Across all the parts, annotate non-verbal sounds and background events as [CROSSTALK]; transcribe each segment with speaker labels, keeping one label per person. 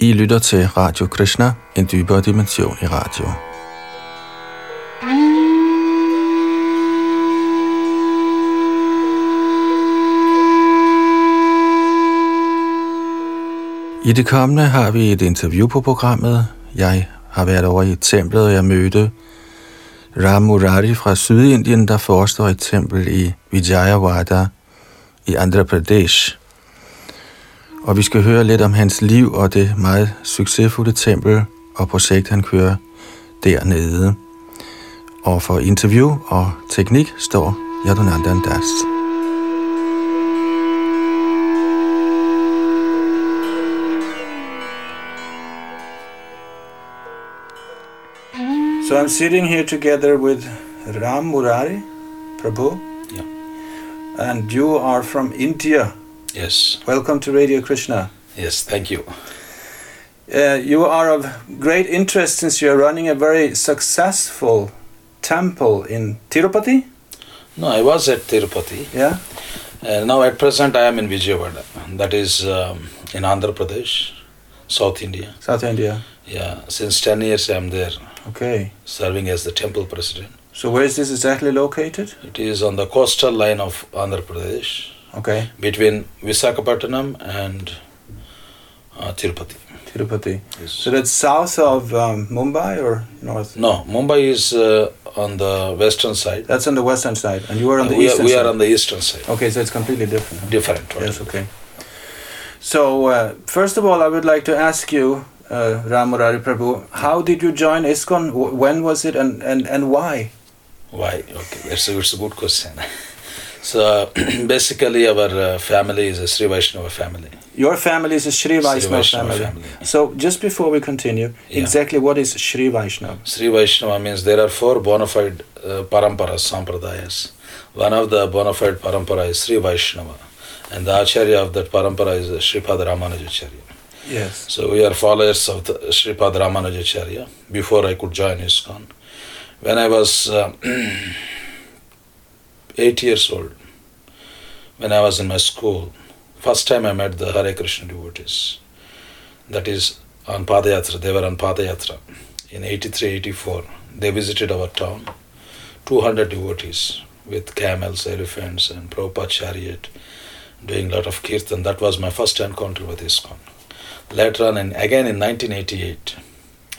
Speaker 1: I lytter til Radio Krishna, en dybere dimension i radio. I det kommende har vi et interview på programmet. Jeg har været over i templet, og jeg mødte Ram Murari fra Sydindien, der forestår et tempel i Vijayawada i Andhra Pradesh. Og vi skal høre lidt om hans liv og det meget succesfulde tempel og projekt, han kører dernede. Og for interview og teknik står Yadunandan Das. So I'm sitting here together with Ram Murari Prabhu.
Speaker 2: Yeah.
Speaker 1: And you are from India.
Speaker 2: Yes,
Speaker 1: Welcome to Radio Krishna.
Speaker 2: yes, thank you.
Speaker 1: Uh, you are of great interest since you are running a very successful temple in Tirupati.
Speaker 2: No, I was at Tirupati.
Speaker 1: Yeah.
Speaker 2: Uh, now, at present, I am in Vijayawada, that is um, in Andhra Pradesh, South India.
Speaker 1: South India.
Speaker 2: Yeah, since 10 years I am there,
Speaker 1: Okay.
Speaker 2: serving as the temple president.
Speaker 1: So where is this exactly located?
Speaker 2: It is on the coastal line of Andhra Pradesh,
Speaker 1: Okay,
Speaker 2: between Visakhapatnam and uh, Tirupati.
Speaker 1: Tirupati.
Speaker 2: Yes.
Speaker 1: So that's south of um, Mumbai or north?
Speaker 2: no, Mumbai is uh, on the western side.
Speaker 1: That's on the western side, and you are on the
Speaker 2: Uh, we, are,
Speaker 1: eastern
Speaker 2: we
Speaker 1: side.
Speaker 2: are on the eastern side.
Speaker 1: Okay, so it's completely different. huh?
Speaker 2: Different. right?
Speaker 1: Yes, okay. So, uh, first of all, I would like to ask you, uh, Ram Murari Prabhu, how did you join ISKCON? Wh- When was it and, and, and why?
Speaker 2: Why? Okay, that's a, it's a good question. so [CLEARS THROAT] basically, our uh, family is a Sri Vaishnava family.
Speaker 1: Your family is a Sri Vaishnava family. So, just before we continue,
Speaker 2: Yeah.
Speaker 1: exactly what is Sri Vaishnava?
Speaker 2: Sri Vaishnava means there are four bona fide uh, paramparas, sampradayas. One of the bona fide parampara is Sri Vaishnava, and the acharya of that parampara is uh, Sripad Ramanujacharya.
Speaker 1: Yes.
Speaker 2: So we are followers of the Sripad Ramanujacharya before I could join ISKCON. When I was uh, [CLEARS THROAT] eight years old, when I was in my school, first time I met the Hare Krishna devotees. That is on Padayatra, they were on Padayatra. In 83 84, they visited our town. 200 devotees with camels, elephants, and Prabhupada chariot, doing lot of kirtan. That was my first encounter with ISKCON. Later on, and again in 1988,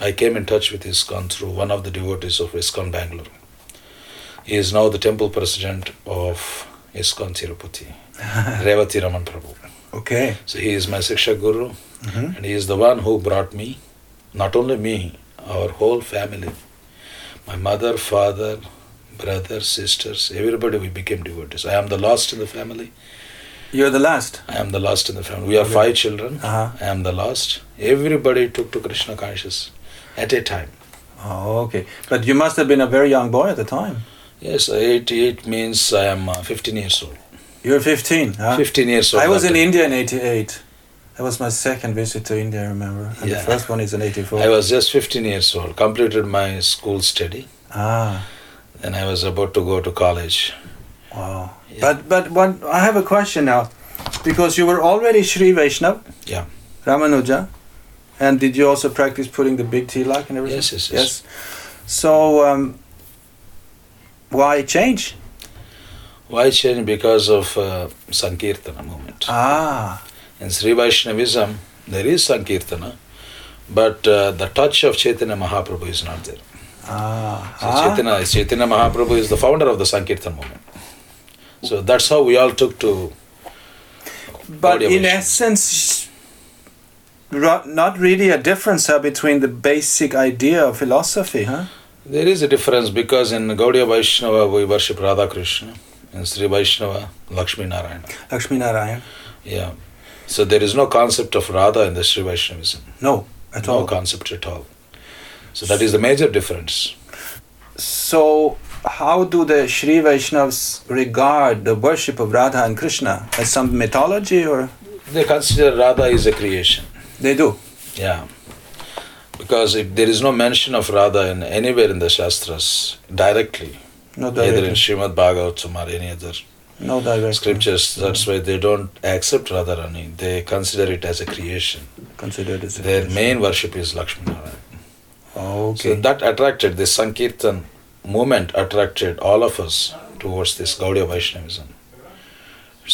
Speaker 2: I came in touch with ISKCON through one of the devotees of ISKCON Bangalore. He is now the temple president of ISKCON Tirupati, Revati Raman Prabhu.
Speaker 1: [LAUGHS] Okay.
Speaker 2: So he is my Siksha Guru,
Speaker 1: hmm
Speaker 2: and he is the one who brought me, not only me, our whole family. My mother, father, brother, sisters, everybody we became devotees. I am the last in the family.
Speaker 1: You're the last.
Speaker 2: I am the last in the family. We are five children.
Speaker 1: Uh-huh.
Speaker 2: I am the last. Everybody took to Krishna conscious at a time.
Speaker 1: Oh, okay. But you must have been a very young boy at the time.
Speaker 2: Yes, 88 means I am uh, 15 years old.
Speaker 1: You're 15, huh?
Speaker 2: 15 years old.
Speaker 1: I was
Speaker 2: that
Speaker 1: in
Speaker 2: time.
Speaker 1: India in 88. That was my second visit to India, I remember. And the
Speaker 2: Yeah.
Speaker 1: first one is in 84.
Speaker 2: I was just 15 years old. Completed my school study.
Speaker 1: Ah,
Speaker 2: Then I was about to go to college.
Speaker 1: wow.
Speaker 2: Yeah.
Speaker 1: But but one, I have a question now, because you were already Sri Vaishnav.
Speaker 2: Yeah.
Speaker 1: Ramanuja, and did you also practice putting the big tilak and everything?
Speaker 2: Yes, yes, yes.
Speaker 1: So um, why change?
Speaker 2: Why change? Because of uh, Sankirtana movement.
Speaker 1: Ah,
Speaker 2: In Sri Vaishnavism, there is Sankirtana, but uh, the touch of Chaitanya Mahaprabhu is not there.
Speaker 1: ah,
Speaker 2: So
Speaker 1: ah.
Speaker 2: Chaitanya, Chaitanya Mahaprabhu is the founder of the Sankirtan movement. So that's how we all took to.
Speaker 1: but
Speaker 2: Body
Speaker 1: in
Speaker 2: Vaishnav.
Speaker 1: essence. ro- Not really a difference huh, between the basic idea of philosophy, huh?
Speaker 2: There is a difference because in Gaudiya Vaishnava we worship Radha Krishna, in Sri Vaishnava Lakshmi Narayana.
Speaker 1: Lakshmi Narayan.
Speaker 2: Yeah. So there is no concept of Radha in the Sri Vaishnavism.
Speaker 1: No, at
Speaker 2: No
Speaker 1: all.
Speaker 2: concept at all. So that is the major difference.
Speaker 1: So, how do the Sri Vaishnavas regard the worship of Radha and Krishna as some mythology, or
Speaker 2: They consider Radha is a creation.
Speaker 1: they do?
Speaker 2: Yeah. Because if there is no mention of Radha in anywhere in the Shastras directly,
Speaker 1: Not
Speaker 2: either in
Speaker 1: directly.
Speaker 2: Srimad Bhagavatam or any other
Speaker 3: No diversion.
Speaker 2: scriptures. That's why they don't accept Radharani. They consider it as a creation.
Speaker 3: Considered as a
Speaker 2: Their
Speaker 3: creation.
Speaker 2: main worship is Lakshmi Narayana. So
Speaker 3: Okay.
Speaker 2: that attracted the Sankirtan movement attracted all of us towards this Gaudiya Vaishnavism.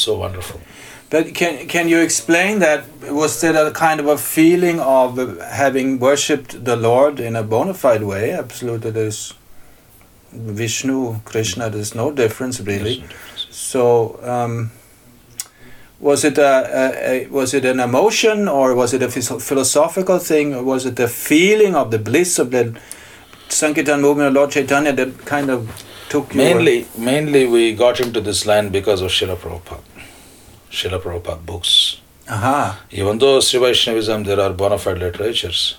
Speaker 2: So wonderful.
Speaker 3: But can can you explain that? Was there a kind of a feeling of uh, having worshipped the Lord in a bona fide way? Absolutely, there's Vishnu, Krishna. There's no difference really. So, um, was it a, a, a was it an emotion or was it a phys- philosophical thing or was it the feeling of the bliss of the Sankirtan movement of Lord Chaitanya that kind of took you?
Speaker 2: Mainly, mainly we got into this line because of Srila Prabhupada. Srila Prabhupada books.
Speaker 3: Aha.
Speaker 2: Even though Sri Vaishnavism there are bona fide literatures,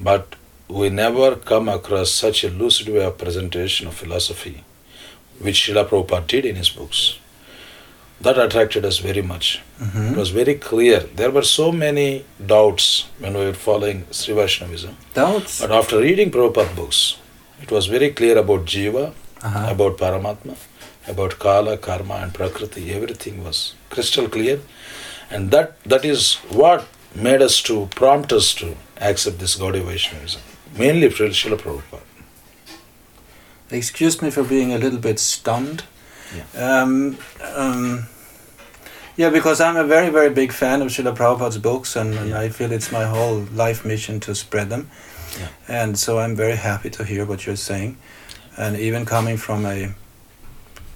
Speaker 2: but we never come across such a lucid way of presentation of philosophy, which Srila Prabhupada did in his books. That attracted us very much. It
Speaker 3: Mhm.
Speaker 2: was very clear. There were so many doubts when we were following Sri Vaishnavism.
Speaker 3: Doubts.
Speaker 2: But after reading Prabhupada books, it was very clear about Jiva,
Speaker 3: Aha.
Speaker 2: about Paramatma, about Kala, Karma, and Prakriti. Everything was crystal clear. And that, that is what made us to prompt us to accept this Gaudiya Vaishnavism, mainly from Srila Prabhupada.
Speaker 3: Excuse me for being a little bit stunned.
Speaker 2: Yeah.
Speaker 3: Um, um, yeah, because I'm a very, very big fan of Srila Prabhupada's books and, and I feel it's my whole life mission to spread them.
Speaker 2: Yeah.
Speaker 3: And so I'm very happy to hear what you're saying. And even coming from a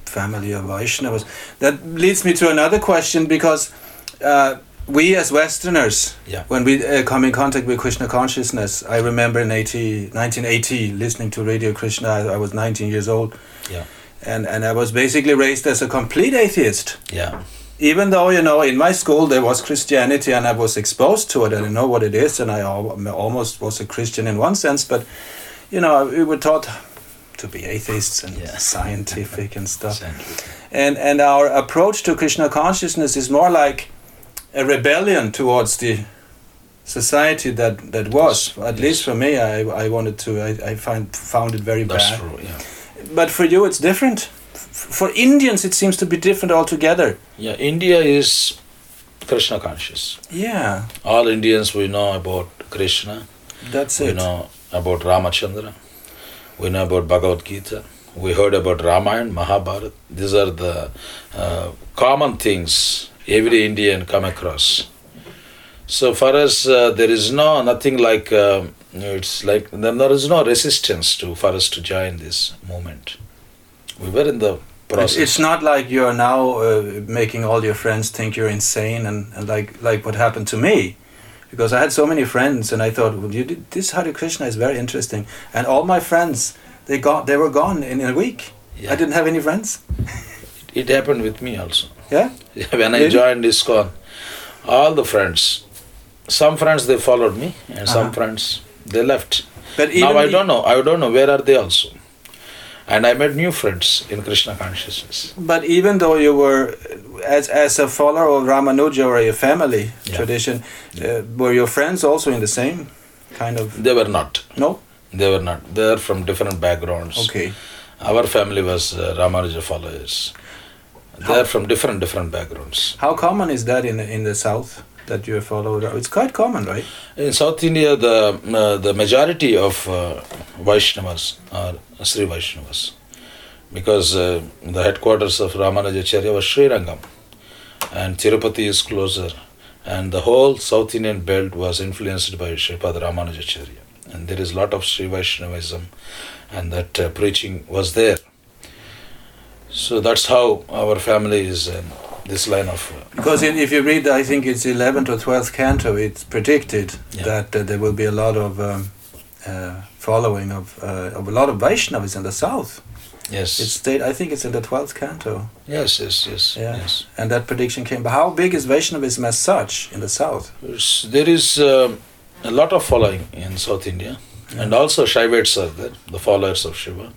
Speaker 3: family of Vaishnavas, that leads me to another question because uh, we as Westerners,
Speaker 2: Yeah.
Speaker 3: when we uh, come in contact with Krishna consciousness, I remember in 80, 1980 listening to Radio Krishna. I, I was 19 years old.
Speaker 2: Yeah.
Speaker 3: And, and I was basically raised as a complete atheist.
Speaker 2: Yeah,
Speaker 3: Even though, you know, in my school there was Christianity and I was exposed to it. I didn't know what it is and I al- almost was a Christian in one sense. But, you know, we were taught to be atheists and
Speaker 2: Yeah.
Speaker 3: scientific and stuff
Speaker 2: exactly.
Speaker 3: and and our approach to krishna consciousness is more like a rebellion towards the society that that was at
Speaker 2: Yes.
Speaker 3: least for me i i wanted to i, I find found it very
Speaker 2: That's
Speaker 3: bad
Speaker 2: true. Yeah.
Speaker 3: but for you it's different F- for indians it seems to be different altogether
Speaker 2: yeah, India is Krishna conscious.
Speaker 3: yeah
Speaker 2: All Indians we know about Krishna.
Speaker 3: that's
Speaker 2: We
Speaker 3: it
Speaker 2: know about Ramachandra. We know about Bhagavad Gita. We heard about Ramayana, Mahabharata. These are the uh, common things every Indian come across. So for us, uh, there is no nothing like uh, it's like then there is no resistance to for us to join this movement. We were in the
Speaker 3: It-
Speaker 2: process.
Speaker 3: it's not like you're now uh, making all your friends think you're insane and, and like like what happened to me because i had so many friends and i thought well, you did, this hare krishna is very interesting and all my friends they got they were gone in, a week
Speaker 2: Yeah.
Speaker 3: i didn't have any friends
Speaker 2: it happened with me also. [LAUGHS]
Speaker 3: yeah
Speaker 2: when I
Speaker 3: Really?
Speaker 2: joined ISKCON, all the friends, some friends they followed me, and some
Speaker 3: Uh-huh.
Speaker 2: friends they left.
Speaker 3: but even
Speaker 2: now I
Speaker 3: the-
Speaker 2: don't know. I don't know where are they also. And I made new friends in Krishna consciousness.
Speaker 3: but even though you were uh, as as a follower of ramanuja or a family
Speaker 2: Yeah.
Speaker 3: tradition uh, were your friends also in the same kind of
Speaker 2: They were not.
Speaker 3: no
Speaker 2: They were not. They are from different backgrounds.
Speaker 3: okay
Speaker 2: Our family was uh, Ramanuja followers. They are from different different backgrounds.
Speaker 3: how common is that in in the south that you follow it's quite common right
Speaker 2: In South India, the uh, the majority of uh, Vaishnavas are Sri Vaishnavas, because uh, the headquarters of Ramanujacharya was Sri Rangam, and Tirupati is closer, and the whole South Indian belt was influenced by Sripad Ramanujacharya, and there is lot of Sri Vaishnavism, and that uh, preaching was there. So that's how our family is in this line of. Uh,
Speaker 3: Because in, if you read, I think it's 11th or 12th canto, it's predicted
Speaker 2: Yeah.
Speaker 3: that uh, there will be a lot of um, uh, following of, uh, of a lot of Vaishnavas in the south.
Speaker 2: yes.
Speaker 3: It's state, I think it's in the 12th canto,
Speaker 2: yes. Yes. Yes.
Speaker 3: Yeah.
Speaker 2: Yes.
Speaker 3: and that prediction came. But how big is Vaishnavism as such in the south?
Speaker 2: It's- There is um, a lot of following in South India, and also Shaivites are there, the followers of Shiva.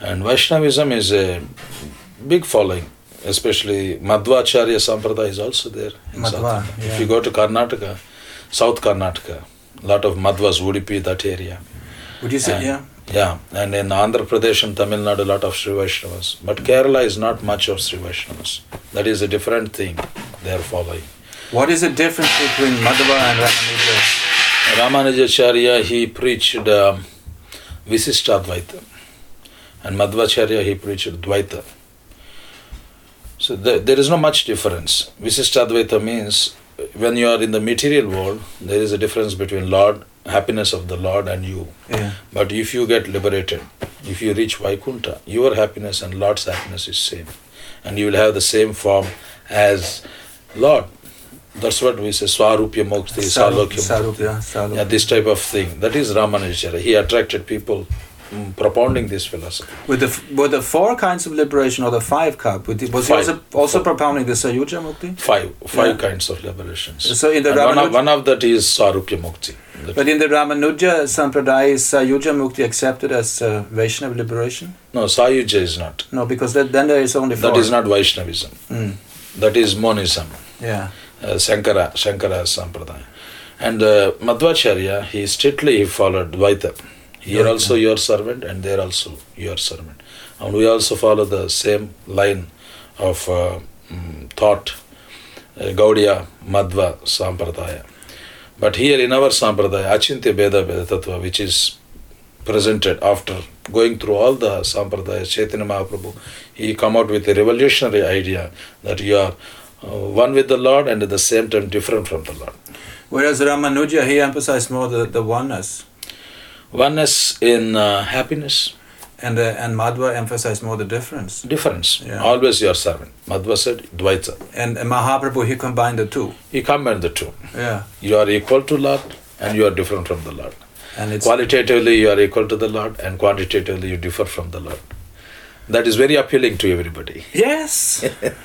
Speaker 2: And Vaishnavism is a big following, especially Madhvacharya Sampradaya is also there. In
Speaker 3: Madhva,
Speaker 2: South India. If
Speaker 3: yeah.
Speaker 2: you go to Karnataka, South Karnataka, a lot of Madhvas, Udupi, that area.
Speaker 3: Would you say,
Speaker 2: And-
Speaker 3: yeah?
Speaker 2: Yeah, and in Andhra Pradesh and Tamil Nadu, a lot of Sri Vaishnavas. But Kerala is not much of Sri Vaishnavas. That is a different thing they are following.
Speaker 3: What is the difference between Madhava and Ramanuja?
Speaker 2: Ramanujacharya, he preached um, Visishta Dvaita. And Madhvacharya, he preached Dvaita. So there, there is not much difference. Visishta Dvaita means when you are in the material world, there is a difference between Lord, happiness of the Lord, and you.
Speaker 3: Yeah.
Speaker 2: But if you get liberated, if you reach Vaikunta, your happiness and Lord's happiness is same. And you will have the same form as Lord. That's what we say, Swarupya Mokti, Sarlokya
Speaker 3: Sarup-
Speaker 2: Mukti.
Speaker 3: Sarup, yeah, Sarup.
Speaker 2: Yeah, this type of thing. That is Ramanujacharya. He attracted people mm, propounding this philosophy.
Speaker 3: With the f- with the four kinds of liberation or the five cup, with the- was he
Speaker 2: Five.
Speaker 3: also, also propounding the Sayuja Mukti?
Speaker 2: Five, five
Speaker 3: Yeah.
Speaker 2: kinds of liberations.
Speaker 3: So in the
Speaker 2: And one, of,
Speaker 3: Ramanuja,
Speaker 2: one of that is Swarupya Mukti. That-
Speaker 3: but in the Ramanuja Sampradaya, is Sayuja Mukti accepted as uh, Vaishnava liberation?
Speaker 2: no, Sayuja is not.
Speaker 3: No, because that, then there is only four.
Speaker 2: That is not Vaishnavism.
Speaker 3: Mm,
Speaker 2: That is monism.
Speaker 3: yeah.
Speaker 2: uh, Shankara, Shankara Sampradaya. And uh, Madhvacharya, he strictly he followed Dvaita. Here
Speaker 3: Dvaita.
Speaker 2: also your servant, and there also your servant. And we also follow the same line of uh, mm, thought, uh, Gaudiya, Madhva, Sampradaya. But here in our Sampradaya, Achintya Veda Veda Tattva, which is presented after going through all the Sampradayas, Chaitanya Mahaprabhu, he come out with a revolutionary idea that you are uh, one with the Lord and at the same time different from the Lord.
Speaker 3: Whereas Ramanuja, he emphasized more the, the oneness,
Speaker 2: Oneness in uh, happiness,
Speaker 3: and uh, and Madhva emphasized more the difference.
Speaker 2: difference.
Speaker 3: Yeah.
Speaker 2: Always your servant. Madhva said, Dvaita.
Speaker 3: And uh, Mahaprabhu, he combined the two.
Speaker 2: He combined the two.
Speaker 3: Yeah,
Speaker 2: You are equal to Lord and you are different from the Lord.
Speaker 3: and it's
Speaker 2: Qualitatively, you are equal to the Lord and quantitatively, you differ from the Lord. That is very appealing to everybody. [LAUGHS]
Speaker 3: Yes! it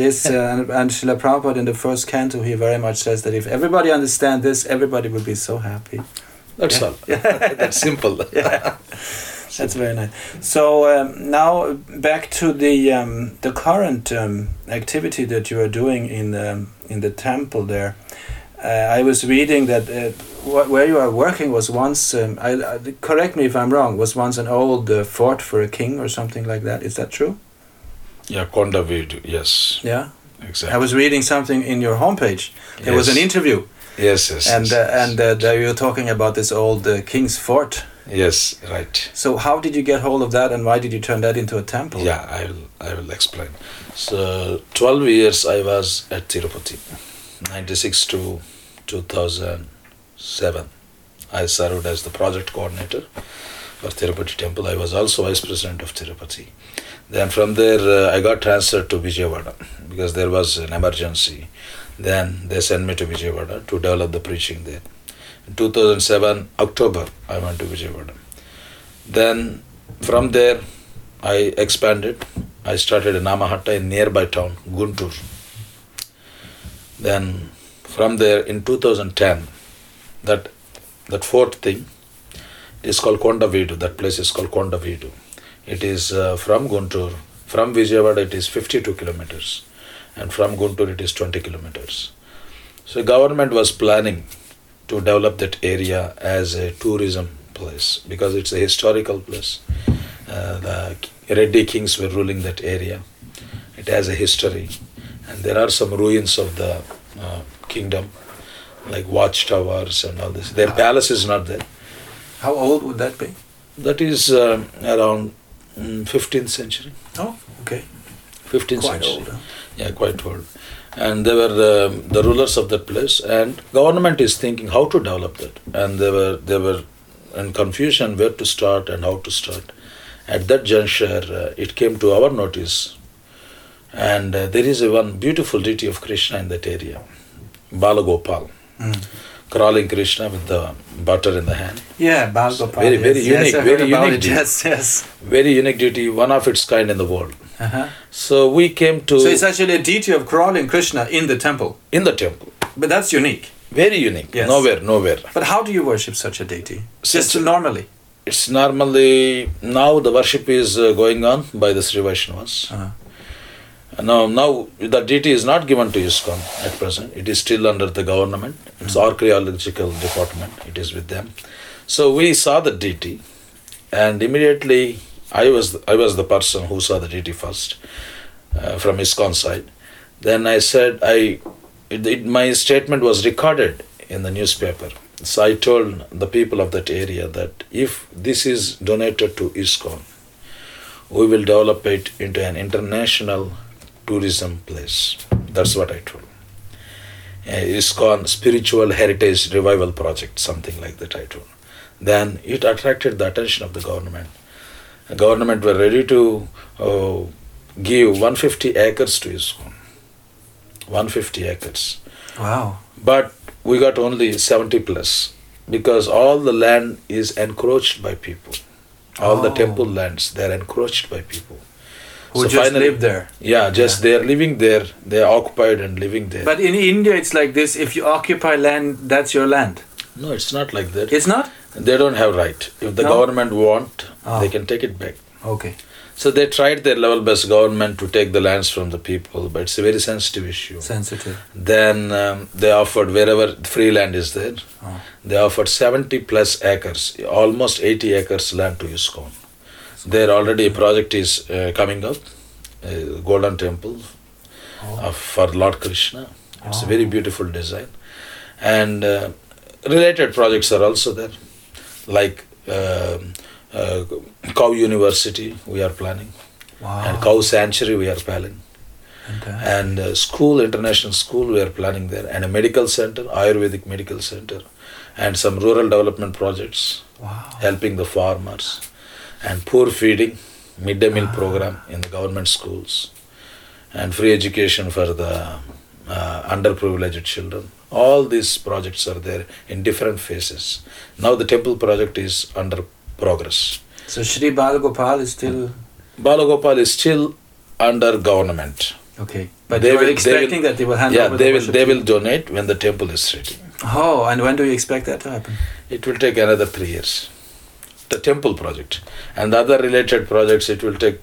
Speaker 3: is, uh, and- and Srila Prabhupada in the first canto, he very much says that if everybody understand this, everybody will be so happy.
Speaker 2: That's
Speaker 3: Yeah.
Speaker 2: all. [LAUGHS] That's simple.
Speaker 3: That's very nice. So um, now back to the um, the current um, activity that you are doing in the in the temple there. Uh, I was reading that uh, wh- where you are working was once. Um, I, I, correct me if I'm wrong. Was once an old uh, fort for a king or something like that. Is that true?
Speaker 2: Yeah, Kondavid, yes,
Speaker 3: Yeah. I
Speaker 2: exactly.
Speaker 3: was reading something in your homepage. There was
Speaker 2: Yes.
Speaker 3: an interview,
Speaker 2: Yes, yes.
Speaker 3: and
Speaker 2: yes,
Speaker 3: uh,
Speaker 2: yes.
Speaker 3: and uh, there you were talking about this old uh, king's fort.
Speaker 2: yes, right.
Speaker 3: So how did you get hold of that, and why did you turn that into a temple?
Speaker 2: Yeah, I will. I will explain. So, twelve years I was at Tirupati, ninety six to two thousand seven. I served as the project coordinator for Tirupati Temple. I was also vice president of Tirupati. Then from there uh, I got transferred to Vijayawada because there was an emergency. Then they sent me to Vijayawada to develop the preaching there. In 2007 October I went to Vijayawada. Then from there I expanded. I started a Namahatta in nearby town, Guntur. Then from there in 2010, that that fourth thing is called Kondaveedu. That place is called Kondaveedu. It is uh, from Guntur. From Vijayawada it is 52 kilometers. And from Guntur it is 20 kilometers. So government was planning to develop that area as a tourism place because it's a historical place. Uh, the Reddy kings were ruling that area. It has a history, and there are some ruins of the uh, kingdom, like watchtowers and all this. Their palace is not there.
Speaker 3: How old would that be?
Speaker 2: That is um around mm, 15th century.
Speaker 3: Oh, okay.
Speaker 2: 15th
Speaker 3: Quite
Speaker 2: century.
Speaker 3: old. huh?
Speaker 2: Yeah, quite old. And they were um, the rulers of that place, and government is thinking how to develop that. And they were they were in confusion where to start and how to start. At that juncture, uh, it came to our notice, and uh, there is a one beautiful deity of Krishna in that area, Balagopal,
Speaker 3: Mm.
Speaker 2: crawling Krishna with the butter in the hand.
Speaker 3: Yeah, Balgopal.
Speaker 2: Very, very
Speaker 3: yes, yes,
Speaker 2: unique,
Speaker 3: I heard
Speaker 2: very
Speaker 3: about
Speaker 2: unique
Speaker 3: It.
Speaker 2: deal.
Speaker 3: Yes, yes.
Speaker 2: Very unique deity, one of its kind in the world.
Speaker 3: Uh-huh.
Speaker 2: So we came to
Speaker 3: So it's actually a deity of crawling Krishna in the temple,
Speaker 2: in the temple.
Speaker 3: but that's unique.
Speaker 2: Very unique.
Speaker 3: Yes.
Speaker 2: Nowhere, nowhere.
Speaker 3: But how do you worship such a deity? Just
Speaker 2: Such a-
Speaker 3: normally.
Speaker 2: it's normally now the worship is uh, going on by the Sri Vaishnavas.
Speaker 3: Uh-huh.
Speaker 2: And Now, now the deity is not given to ISKCON at present. It is still under the government. It's archaeological department. It is with them. So we saw the deity, and immediately I was I was the person who saw the deity first uh, from ISKCON side. Then I said I it, it, my statement was recorded in the newspaper. So I told the people of that area that if this is donated to ISKCON, we will develop it into an international tourism place. That's what I told. Uh, ISKCON Spiritual Heritage Revival Project, something like that I told. Then it attracted the attention of the government government were ready to uh, give 150 acres to ISKCON. 150 acres.
Speaker 3: Wow.
Speaker 2: But we got only 70 plus because all the land is encroached by people. All the
Speaker 3: Oh.
Speaker 2: temple lands, they're encroached by people.
Speaker 3: Who
Speaker 2: So
Speaker 3: just
Speaker 2: finally-
Speaker 3: live there.
Speaker 2: Yeah, just they're living there. They're occupied and living there.
Speaker 3: But in India, it's like this: if you occupy land, that's your land.
Speaker 2: no, it's not like that.
Speaker 3: It's not.
Speaker 2: they don't have right. If the
Speaker 3: No?
Speaker 2: government want,
Speaker 3: Ah.
Speaker 2: they can take it back.
Speaker 3: Okay.
Speaker 2: So they tried their level best government to take the lands from the people, but it's a very sensitive issue.
Speaker 3: Sensitive.
Speaker 2: then um, they offered wherever free land is there
Speaker 3: Oh.
Speaker 2: they offered 70 plus acres almost 80 acres land to ISKCON there already a project is uh, coming up uh, golden temple
Speaker 3: Oh.
Speaker 2: of, for Lord Krishna it's a
Speaker 3: Oh.
Speaker 2: very beautiful design and uh, related projects are also there like um uh, cow university we are planning
Speaker 3: Wow.
Speaker 2: and cow sanctuary we are planning
Speaker 3: Okay.
Speaker 2: and uh, school international school we are planning there and a medical center ayurvedic medical center and some rural development projects
Speaker 3: Wow.
Speaker 2: helping the farmers and poor feeding midday meal program in the government schools and free education for the uh, underprivileged children all these projects are there in different phases now the temple project is under progress
Speaker 3: So Shri Balagopal is still
Speaker 2: balagopal is still under government
Speaker 3: okay, but
Speaker 2: They
Speaker 3: they you
Speaker 2: will-
Speaker 3: were
Speaker 2: they
Speaker 3: expecting
Speaker 2: will-
Speaker 3: that they will hand
Speaker 2: yeah
Speaker 3: over
Speaker 2: they
Speaker 3: the
Speaker 2: will
Speaker 3: worship
Speaker 2: they
Speaker 3: to-
Speaker 2: will donate when the temple is ready
Speaker 3: Oh, and when do you expect that to happen?
Speaker 2: it will take another three years the temple project and the other related projects it will take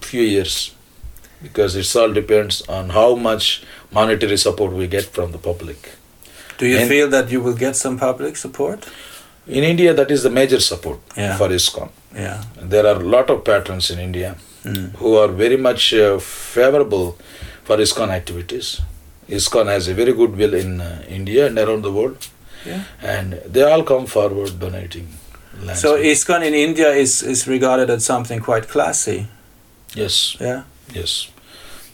Speaker 2: few years because it's all depends on how much monetary support we get from the public
Speaker 3: Do you
Speaker 2: And-
Speaker 3: feel that you will get some public support?
Speaker 2: in india that is the major support
Speaker 3: Yeah.
Speaker 2: for iscon
Speaker 3: Yeah.
Speaker 2: there are a lot of patrons in india
Speaker 3: Mm.
Speaker 2: who are very much uh, favorable for iscon activities iscon has a very good will in uh, india and around the world
Speaker 3: Yeah.
Speaker 2: and they all come forward donating lands.
Speaker 3: So ISKCON in India is is regarded as something quite classy.
Speaker 2: yes
Speaker 3: Yeah.
Speaker 2: Yes,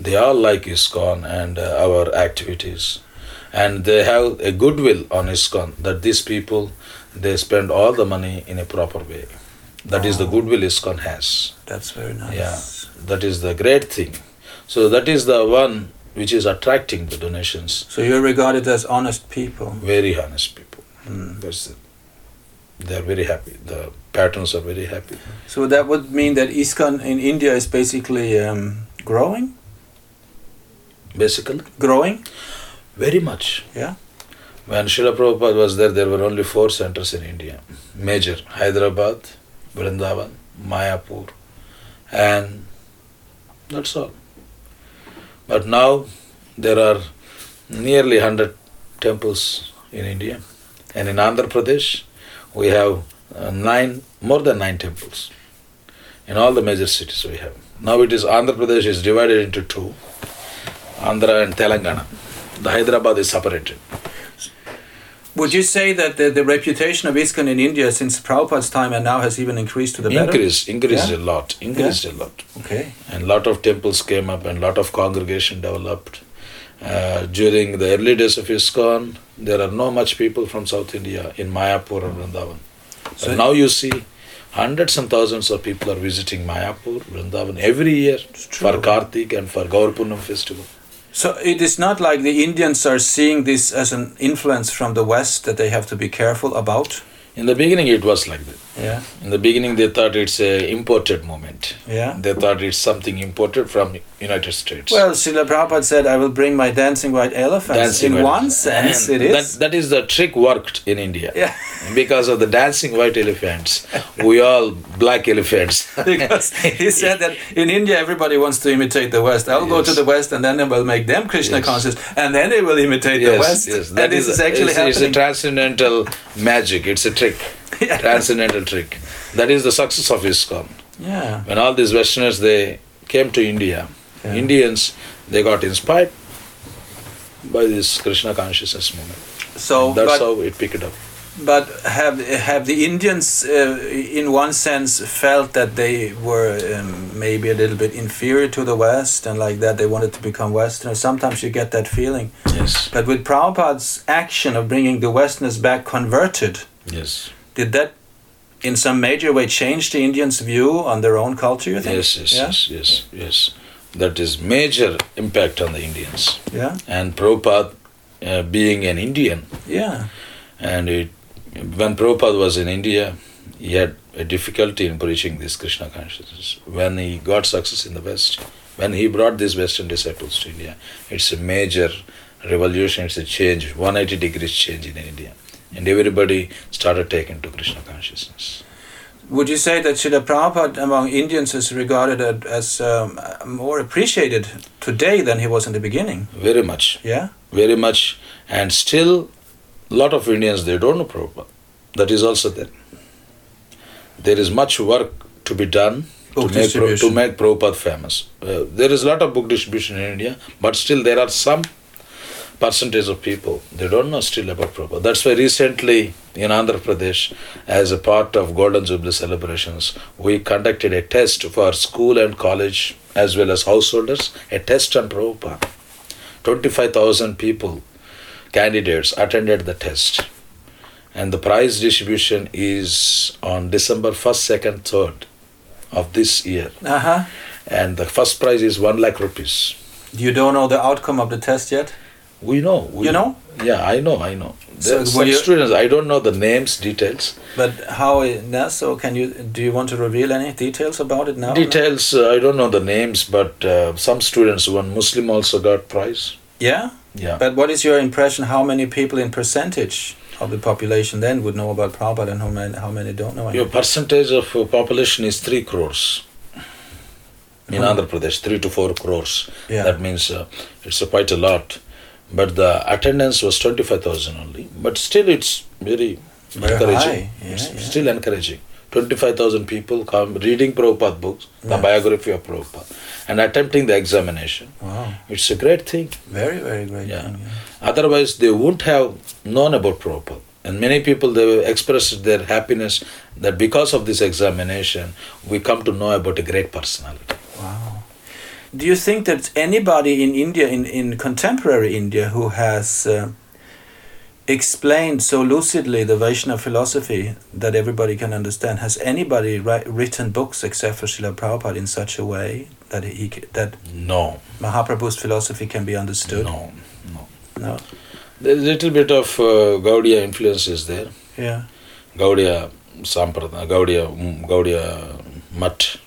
Speaker 2: they are like ISKCON and uh, our activities, and they have a goodwill on ISKCON that these people they spend all the money in a proper way. That is the goodwill ISKCON has.
Speaker 3: That's very nice.
Speaker 2: Yeah, that is the great thing. So that is the one which is attracting the donations.
Speaker 3: So you're regarded as honest people.
Speaker 2: Very honest people.
Speaker 3: Mm.
Speaker 2: That's it. They are very happy. The patrons are very happy.
Speaker 3: So that would mean that ISKCON in India is basically um, growing,
Speaker 2: Basically,
Speaker 3: growing.
Speaker 2: very much.
Speaker 3: Yeah.
Speaker 2: When Srila Prabhupada was there, there were only four centers in India major Hyderabad, Vrindavan, Mayapur, and that's all. But now there are nearly 100 temples in India, and in Andhra Pradesh, we have uh, nine more than nine temples in all the major cities we have. Now it is Andhra Pradesh is divided into two Andhra and Telangana. The Hyderabad is separated.
Speaker 3: Would you say that the, the reputation of ISKCON in India since Prabhupada's time and now has even increased to the better?
Speaker 2: increased increased
Speaker 3: Yeah?
Speaker 2: a lot increased a lot
Speaker 3: Okay.
Speaker 2: and lot of temples came up and lot of congregation developed uh, during the early days of ISKCON, there are no much people from South India in Mayapur and Vrindavan. So
Speaker 3: So-
Speaker 2: now you see hundreds and thousands of people are visiting Mayapur, Vrindavan every year for
Speaker 3: true.
Speaker 2: Kartik and for Gaur Punam festival.
Speaker 3: So it is not like the Indians are seeing this as an influence from the West that they have to be careful about.
Speaker 2: In the beginning, it was like that.
Speaker 3: Yeah.
Speaker 2: In the beginning, they thought it's a imported movement.
Speaker 3: Yeah.
Speaker 2: They thought it's something imported from United States.
Speaker 3: Well, Srila Prabhupada said, I will bring my dancing white elephants.
Speaker 2: Dancing white
Speaker 3: in one
Speaker 2: elephants.
Speaker 3: sense,
Speaker 2: And [LAUGHS]
Speaker 3: it is.
Speaker 2: That, that is the trick worked in India.
Speaker 3: Yeah.
Speaker 2: [LAUGHS] Because of the dancing white
Speaker 3: [LAUGHS]
Speaker 2: elephants, we all black elephants.
Speaker 3: [LAUGHS] because he said that in India, everybody wants to imitate the West. I'll go to
Speaker 2: Yes.
Speaker 3: the West and then I will make them Krishna
Speaker 2: Yes.
Speaker 3: conscious and then they will imitate [LAUGHS] the West.
Speaker 2: that
Speaker 3: and this is,
Speaker 2: a-
Speaker 3: actually
Speaker 2: it's,
Speaker 3: happening.
Speaker 2: It's a transcendental magic. It's a trick.
Speaker 3: [LAUGHS] Yeah.
Speaker 2: Transcendental trick. That is the success of ISKCON.
Speaker 3: Yeah.
Speaker 2: When all these Westerners, they came to India,
Speaker 3: Yeah.
Speaker 2: Indians, they got inspired by this Krishna consciousness movement.
Speaker 3: So,
Speaker 2: That's
Speaker 3: but,
Speaker 2: how it picked up.
Speaker 3: but have have the Indians, uh, in one sense, felt that they were um, maybe a little bit inferior to the West, and like that they wanted to become Westerners? Sometimes you get that feeling.
Speaker 2: Yes.
Speaker 3: But with Prabhupada's action of bringing the Westerners back converted,
Speaker 2: Yes.
Speaker 3: did that in some major way change the Indians' view on their own culture, you think?
Speaker 2: Yes, yes,
Speaker 3: yeah?
Speaker 2: yes, yes, yes. That is major impact on the Indians.
Speaker 3: Yeah,
Speaker 2: And Prabhupada, uh, being an Indian,
Speaker 3: yeah,
Speaker 2: and it, when Prabhupada was in India, he had a difficulty in preaching this Krishna consciousness. When he got success in the West, when he brought these Western disciples to India, it's a major revolution, it's a change, 180 degrees change in India. And everybody started taking to Krishna consciousness.
Speaker 3: Would you say that Srila Prabhupada among Indians is regarded at- as um, more appreciated today than he was in the beginning?
Speaker 2: Very much.
Speaker 3: Yeah,
Speaker 2: very much and still lot of indians they don't know prabhupada that is also there there is much work to be done to
Speaker 3: Book
Speaker 2: make, Pro- to
Speaker 3: distribution.
Speaker 2: make prabhupada famous uh, there is a lot of book distribution in india but still there are some percentage of people they don't know still about prabhupada that's why recently in andhra pradesh as a part of golden jubilee celebrations we conducted a test for school and college as well as householders a test on prabhupada 25,000 people, candidates, attended the test. And the prize distribution is on December 1st, 2nd, 3rd of this year.
Speaker 3: uh huh.
Speaker 2: And the first prize is 1 lakh rupees.
Speaker 3: You don't know the outcome of the test yet?
Speaker 2: We know. We
Speaker 3: You know?
Speaker 2: Yeah, I know, I know. There are
Speaker 3: So
Speaker 2: some
Speaker 3: will you-
Speaker 2: students, I don't know the names, details.
Speaker 3: But how i- now? So can you? Do you want to reveal any details about it now?
Speaker 2: Details, uh, I don't know the names, but uh, some students, one Muslim also got prize.
Speaker 3: Yeah.
Speaker 2: Yeah.
Speaker 3: But what is your impression? How many people in percentage of the population then would know about Prabhupada, and how many how many don't know?
Speaker 2: Your
Speaker 3: Him?
Speaker 2: percentage of uh, population is 3 crores in
Speaker 3: Mhm.
Speaker 2: Andhra Pradesh, 3 to 4 crores.
Speaker 3: Yeah.
Speaker 2: That means uh, it's uh, quite a lot. But the attendance was 25,000 only. But still, it's very
Speaker 3: Very
Speaker 2: encouraging.
Speaker 3: high. Yeah,
Speaker 2: it's
Speaker 3: yeah.
Speaker 2: Still encouraging. 25,000 people come reading Prabhupada books, the
Speaker 3: Yeah.
Speaker 2: biography of Prabhupada, and attempting the examination.
Speaker 3: Wow.
Speaker 2: It's a great thing.
Speaker 3: Very very great.
Speaker 2: Yeah.
Speaker 3: thing,
Speaker 2: Otherwise, they wouldn't have known about Prabhupada. And many people they expressed their happiness that because of this examination, we come to know about a great personality.
Speaker 3: Wow. Do you think that anybody in India, in, in contemporary India, who has uh, explained so lucidly the Vaishnava philosophy that everybody can understand, has anybody wri- written books except for Srila Prabhupada in such a way that he c- that
Speaker 2: No,
Speaker 3: Mahaprabhu's philosophy can be understood?
Speaker 2: no, no.
Speaker 3: No.
Speaker 2: There's a little bit of uh, Gaudiya influence is there.
Speaker 3: Yeah.
Speaker 2: Gaudiya Sampradaya, Gaudiya, mm, Gaudiya Mutt,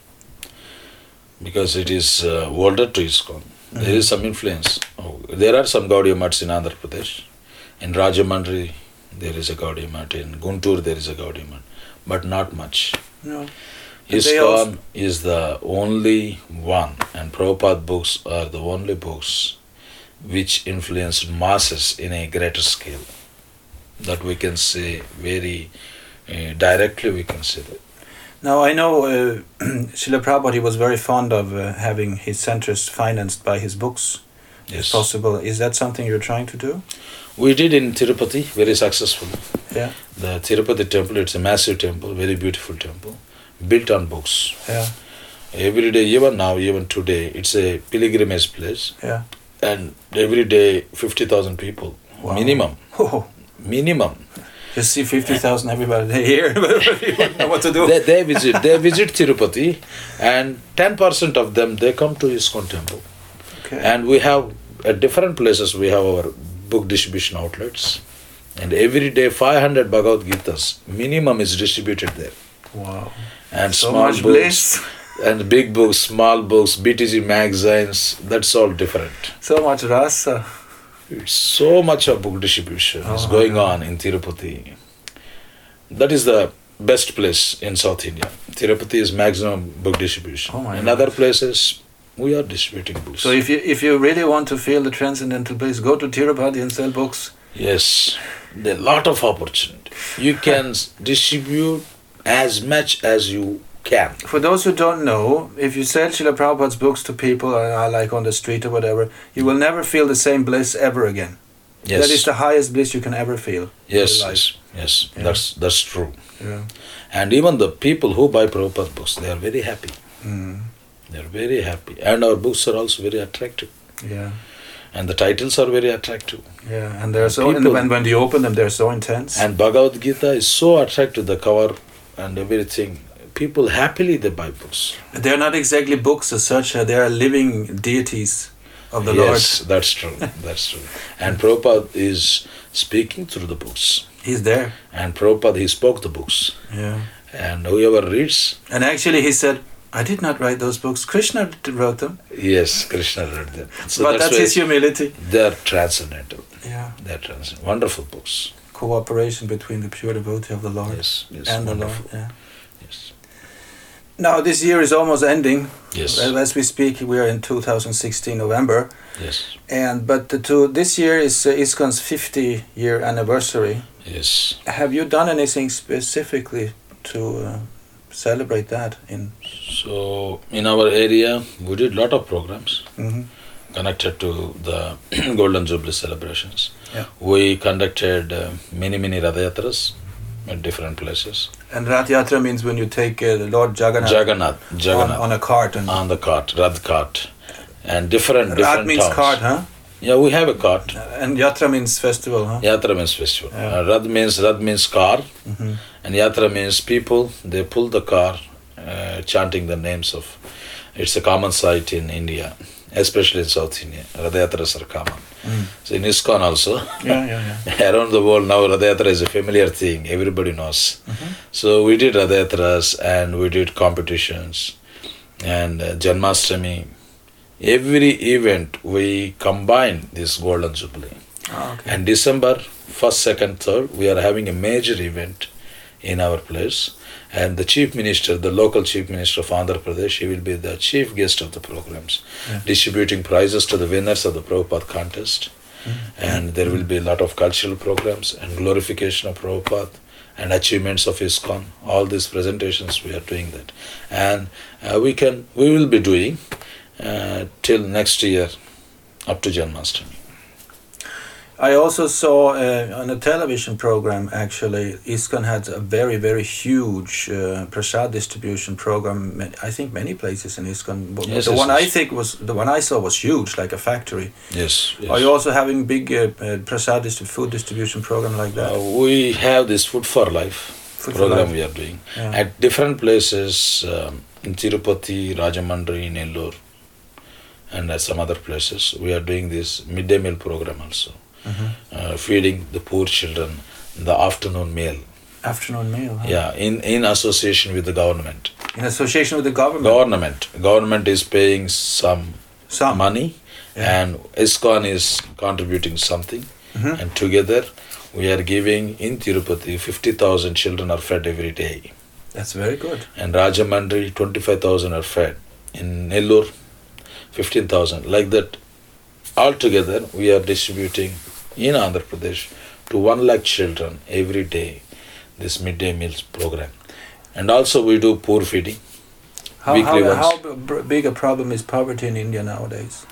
Speaker 2: because it is uh, older to ISKCON. There is some influence. Oh, there are some Gaudiya Mutts in Andhra Pradesh. In Rajamandri, there is a Gaudiya Mutt. In Guntur, there is a Gaudiya Mutt, but not much.
Speaker 3: No. And they also-
Speaker 2: ISKCON is the only one, and Prabhupada books are the only books which influenced masses in a greater scale. That we can say very uh, directly, we can say that.
Speaker 3: Now I know uh, [CLEARS THROAT] Srila Prabhupada he was very fond of uh, having his centers financed by his books. If
Speaker 2: Yes.
Speaker 3: possible, is that something you're trying to do?
Speaker 2: We did in Tirupati, very successful.
Speaker 3: Yeah.
Speaker 2: The Tirupati temple, it's a massive temple, very beautiful temple, built on books.
Speaker 3: Yeah.
Speaker 2: Every day, even now, even today, it's a pilgrimage place,
Speaker 3: Yeah.
Speaker 2: and every day, 50,000 people,
Speaker 3: Wow.
Speaker 2: minimum,
Speaker 3: Oh.
Speaker 2: minimum.
Speaker 3: You see 50,000 everybody [LAUGHS] here, but you wouldn't know what to do. [LAUGHS]
Speaker 2: they, they visit they visit Tirupati, and ten percent of them they come to ISKCON temple.
Speaker 3: Okay.
Speaker 2: And we have at different places we have our book distribution outlets, and every day five hundred Bhagavad Gitas minimum is distributed there.
Speaker 3: wow.
Speaker 2: And
Speaker 3: So
Speaker 2: small
Speaker 3: much
Speaker 2: books
Speaker 3: bliss.
Speaker 2: and big books, small books, BTG magazines. That's all different.
Speaker 3: So much rasa.
Speaker 2: So much of book distribution is
Speaker 3: Oh,
Speaker 2: going on in Tirupati. That is the best place in South India. Tirupati is maximum book distribution.
Speaker 3: Oh my
Speaker 2: in
Speaker 3: God.
Speaker 2: other places, we are distributing books.
Speaker 3: So if you if you really want to feel the transcendental bliss, go to Tirupati and sell books.
Speaker 2: yes, there are lot of opportunity. You can s- distribute as much as you can.
Speaker 3: For those who don't know, if you sell Srila Prabhupada's books to people and are like on the street or whatever, you will never feel the same bliss ever again.
Speaker 2: Yes.
Speaker 3: That is the highest bliss you can ever feel.
Speaker 2: yes,
Speaker 3: life.
Speaker 2: yes, yes.
Speaker 3: Yeah.
Speaker 2: That's that's true.
Speaker 3: Yeah.
Speaker 2: And even the people who buy Prabhupada books, they are very happy.
Speaker 3: Mm.
Speaker 2: They are very happy. And our books are also very attractive.
Speaker 3: Yeah.
Speaker 2: And the titles are very attractive.
Speaker 3: Yeah. And they're so, and
Speaker 2: People-
Speaker 3: when, when you open them, they're so intense.
Speaker 2: And Bhagavad Gita is so attractive, the cover and everything. People happily they buy books.
Speaker 3: they're not exactly books as such, uh, they are living deities of the
Speaker 2: yes, that's true. That's true. And Prabhupada is speaking through the books.
Speaker 3: Lord. He's there.
Speaker 2: And Prabhupada, he spoke the books.
Speaker 3: Yeah.
Speaker 2: And whoever reads,
Speaker 3: And actually, he said, I did not write those books. Krishna d- wrote them.
Speaker 2: yes, Krishna read them. So
Speaker 3: but that's,
Speaker 2: why
Speaker 3: his humility.
Speaker 2: They're transcendental.
Speaker 3: Yeah.
Speaker 2: They're transcendental. Wonderful books.
Speaker 3: Cooperation between the pure devotee of the Lord
Speaker 2: Yes, yes.
Speaker 3: and the Lord.
Speaker 2: wonderful.
Speaker 3: Yeah.
Speaker 2: Yes.
Speaker 3: Now, this year is almost ending.
Speaker 2: Yes.
Speaker 3: Well, As we speak, we are in 2016 November,
Speaker 2: yes.
Speaker 3: and but the two, this year is uh, ISKCON's 50 year anniversary.
Speaker 2: Yes.
Speaker 3: Have you done anything specifically to uh, celebrate that? In
Speaker 2: So in our area, we did lot of programs
Speaker 3: Mhm.
Speaker 2: connected to the [CLEARS THROAT] Golden Jubilee celebrations.
Speaker 3: Yeah.
Speaker 2: We conducted uh, many many radayatras at different places.
Speaker 3: and Rath Yatra means when you take uh, the Lord Jagannath,
Speaker 2: Jagannath,
Speaker 3: on,
Speaker 2: Jagannath on,
Speaker 3: on a cart, and
Speaker 2: the cart, Radh cart, and different
Speaker 3: Rath
Speaker 2: different
Speaker 3: means
Speaker 2: towns.
Speaker 3: cart, huh?
Speaker 2: Yeah, we have a cart.
Speaker 3: And Yatra means festival, huh?
Speaker 2: Yatra means festival.
Speaker 3: Yeah.
Speaker 2: Uh, Radh means Radh means car,
Speaker 3: hmm
Speaker 2: and Yatra means people. They pull the car, uh, chanting the names of. It's a common sight in India, especially in South India. Radayatras are common.
Speaker 3: Hmm.
Speaker 2: So in ISKCON also,
Speaker 3: Yeah, yeah,
Speaker 2: [LAUGHS] around the world now, Radhayatra is a familiar thing. Everybody knows. So we did Radhayatras and we did competitions and uh, Janmashtami. Every event we combine this Golden Jubilee.
Speaker 3: Ah, okay.
Speaker 2: And December 1st, 2nd, 3rd, we are having a major event in our place. And the chief minister, the local chief minister of Andhra Pradesh, he will be the chief guest of the programs,
Speaker 3: Yeah.
Speaker 2: distributing prizes to the winners of the Prabhupada contest.
Speaker 3: Mm-hmm.
Speaker 2: And there will be a lot of cultural programs and glorification of Prabhupada and achievements of ISKCON. All these presentations, we are doing that. And uh, we can, we will be doing uh, till next year up to Janmashtami.
Speaker 3: I also saw uh, on a television program actually, ISKCON had a very, very huge uh, prasad distribution program. ma- I think many places in ISKCON. But
Speaker 2: Yes,
Speaker 3: the
Speaker 2: yes,
Speaker 3: one I
Speaker 2: yes.
Speaker 3: think was the one I saw was huge, like a factory.
Speaker 2: Yes. yes.
Speaker 3: Are you also having big uh, uh, prasad dist- food distribution program like that?
Speaker 2: Uh, we have this Food for Life
Speaker 3: Food for
Speaker 2: program
Speaker 3: Life.
Speaker 2: we are doing
Speaker 3: Yeah.
Speaker 2: at different places um, in Tirupati, Rajamandri, Nellore, and uh, some other places. We are doing this midday meal program also,
Speaker 3: Mhm.
Speaker 2: uh, feeding the poor children the afternoon meal.
Speaker 3: Uh-huh. Afternoon meal. huh?
Speaker 2: Yeah, in, in association with the government.
Speaker 3: In association with the government.
Speaker 2: Government government is paying some
Speaker 3: Some.
Speaker 2: money,
Speaker 3: Ah. Yeah.
Speaker 2: and ISKCON is contributing something.
Speaker 3: Mhm.
Speaker 2: And together, we are giving in Tirupati 50,000 children are fed every day.
Speaker 3: That's very good.
Speaker 2: And Rajamandri, 25,000 are fed. In Nellore, 15,000. Like that, altogether, we are distributing in Andhra Pradesh to 1 lakh children every day this midday meals program. And also, we do poor feeding.
Speaker 3: How,
Speaker 2: Weekly
Speaker 3: how,
Speaker 2: ones.
Speaker 3: how b- br- big a problem is poverty in India nowadays?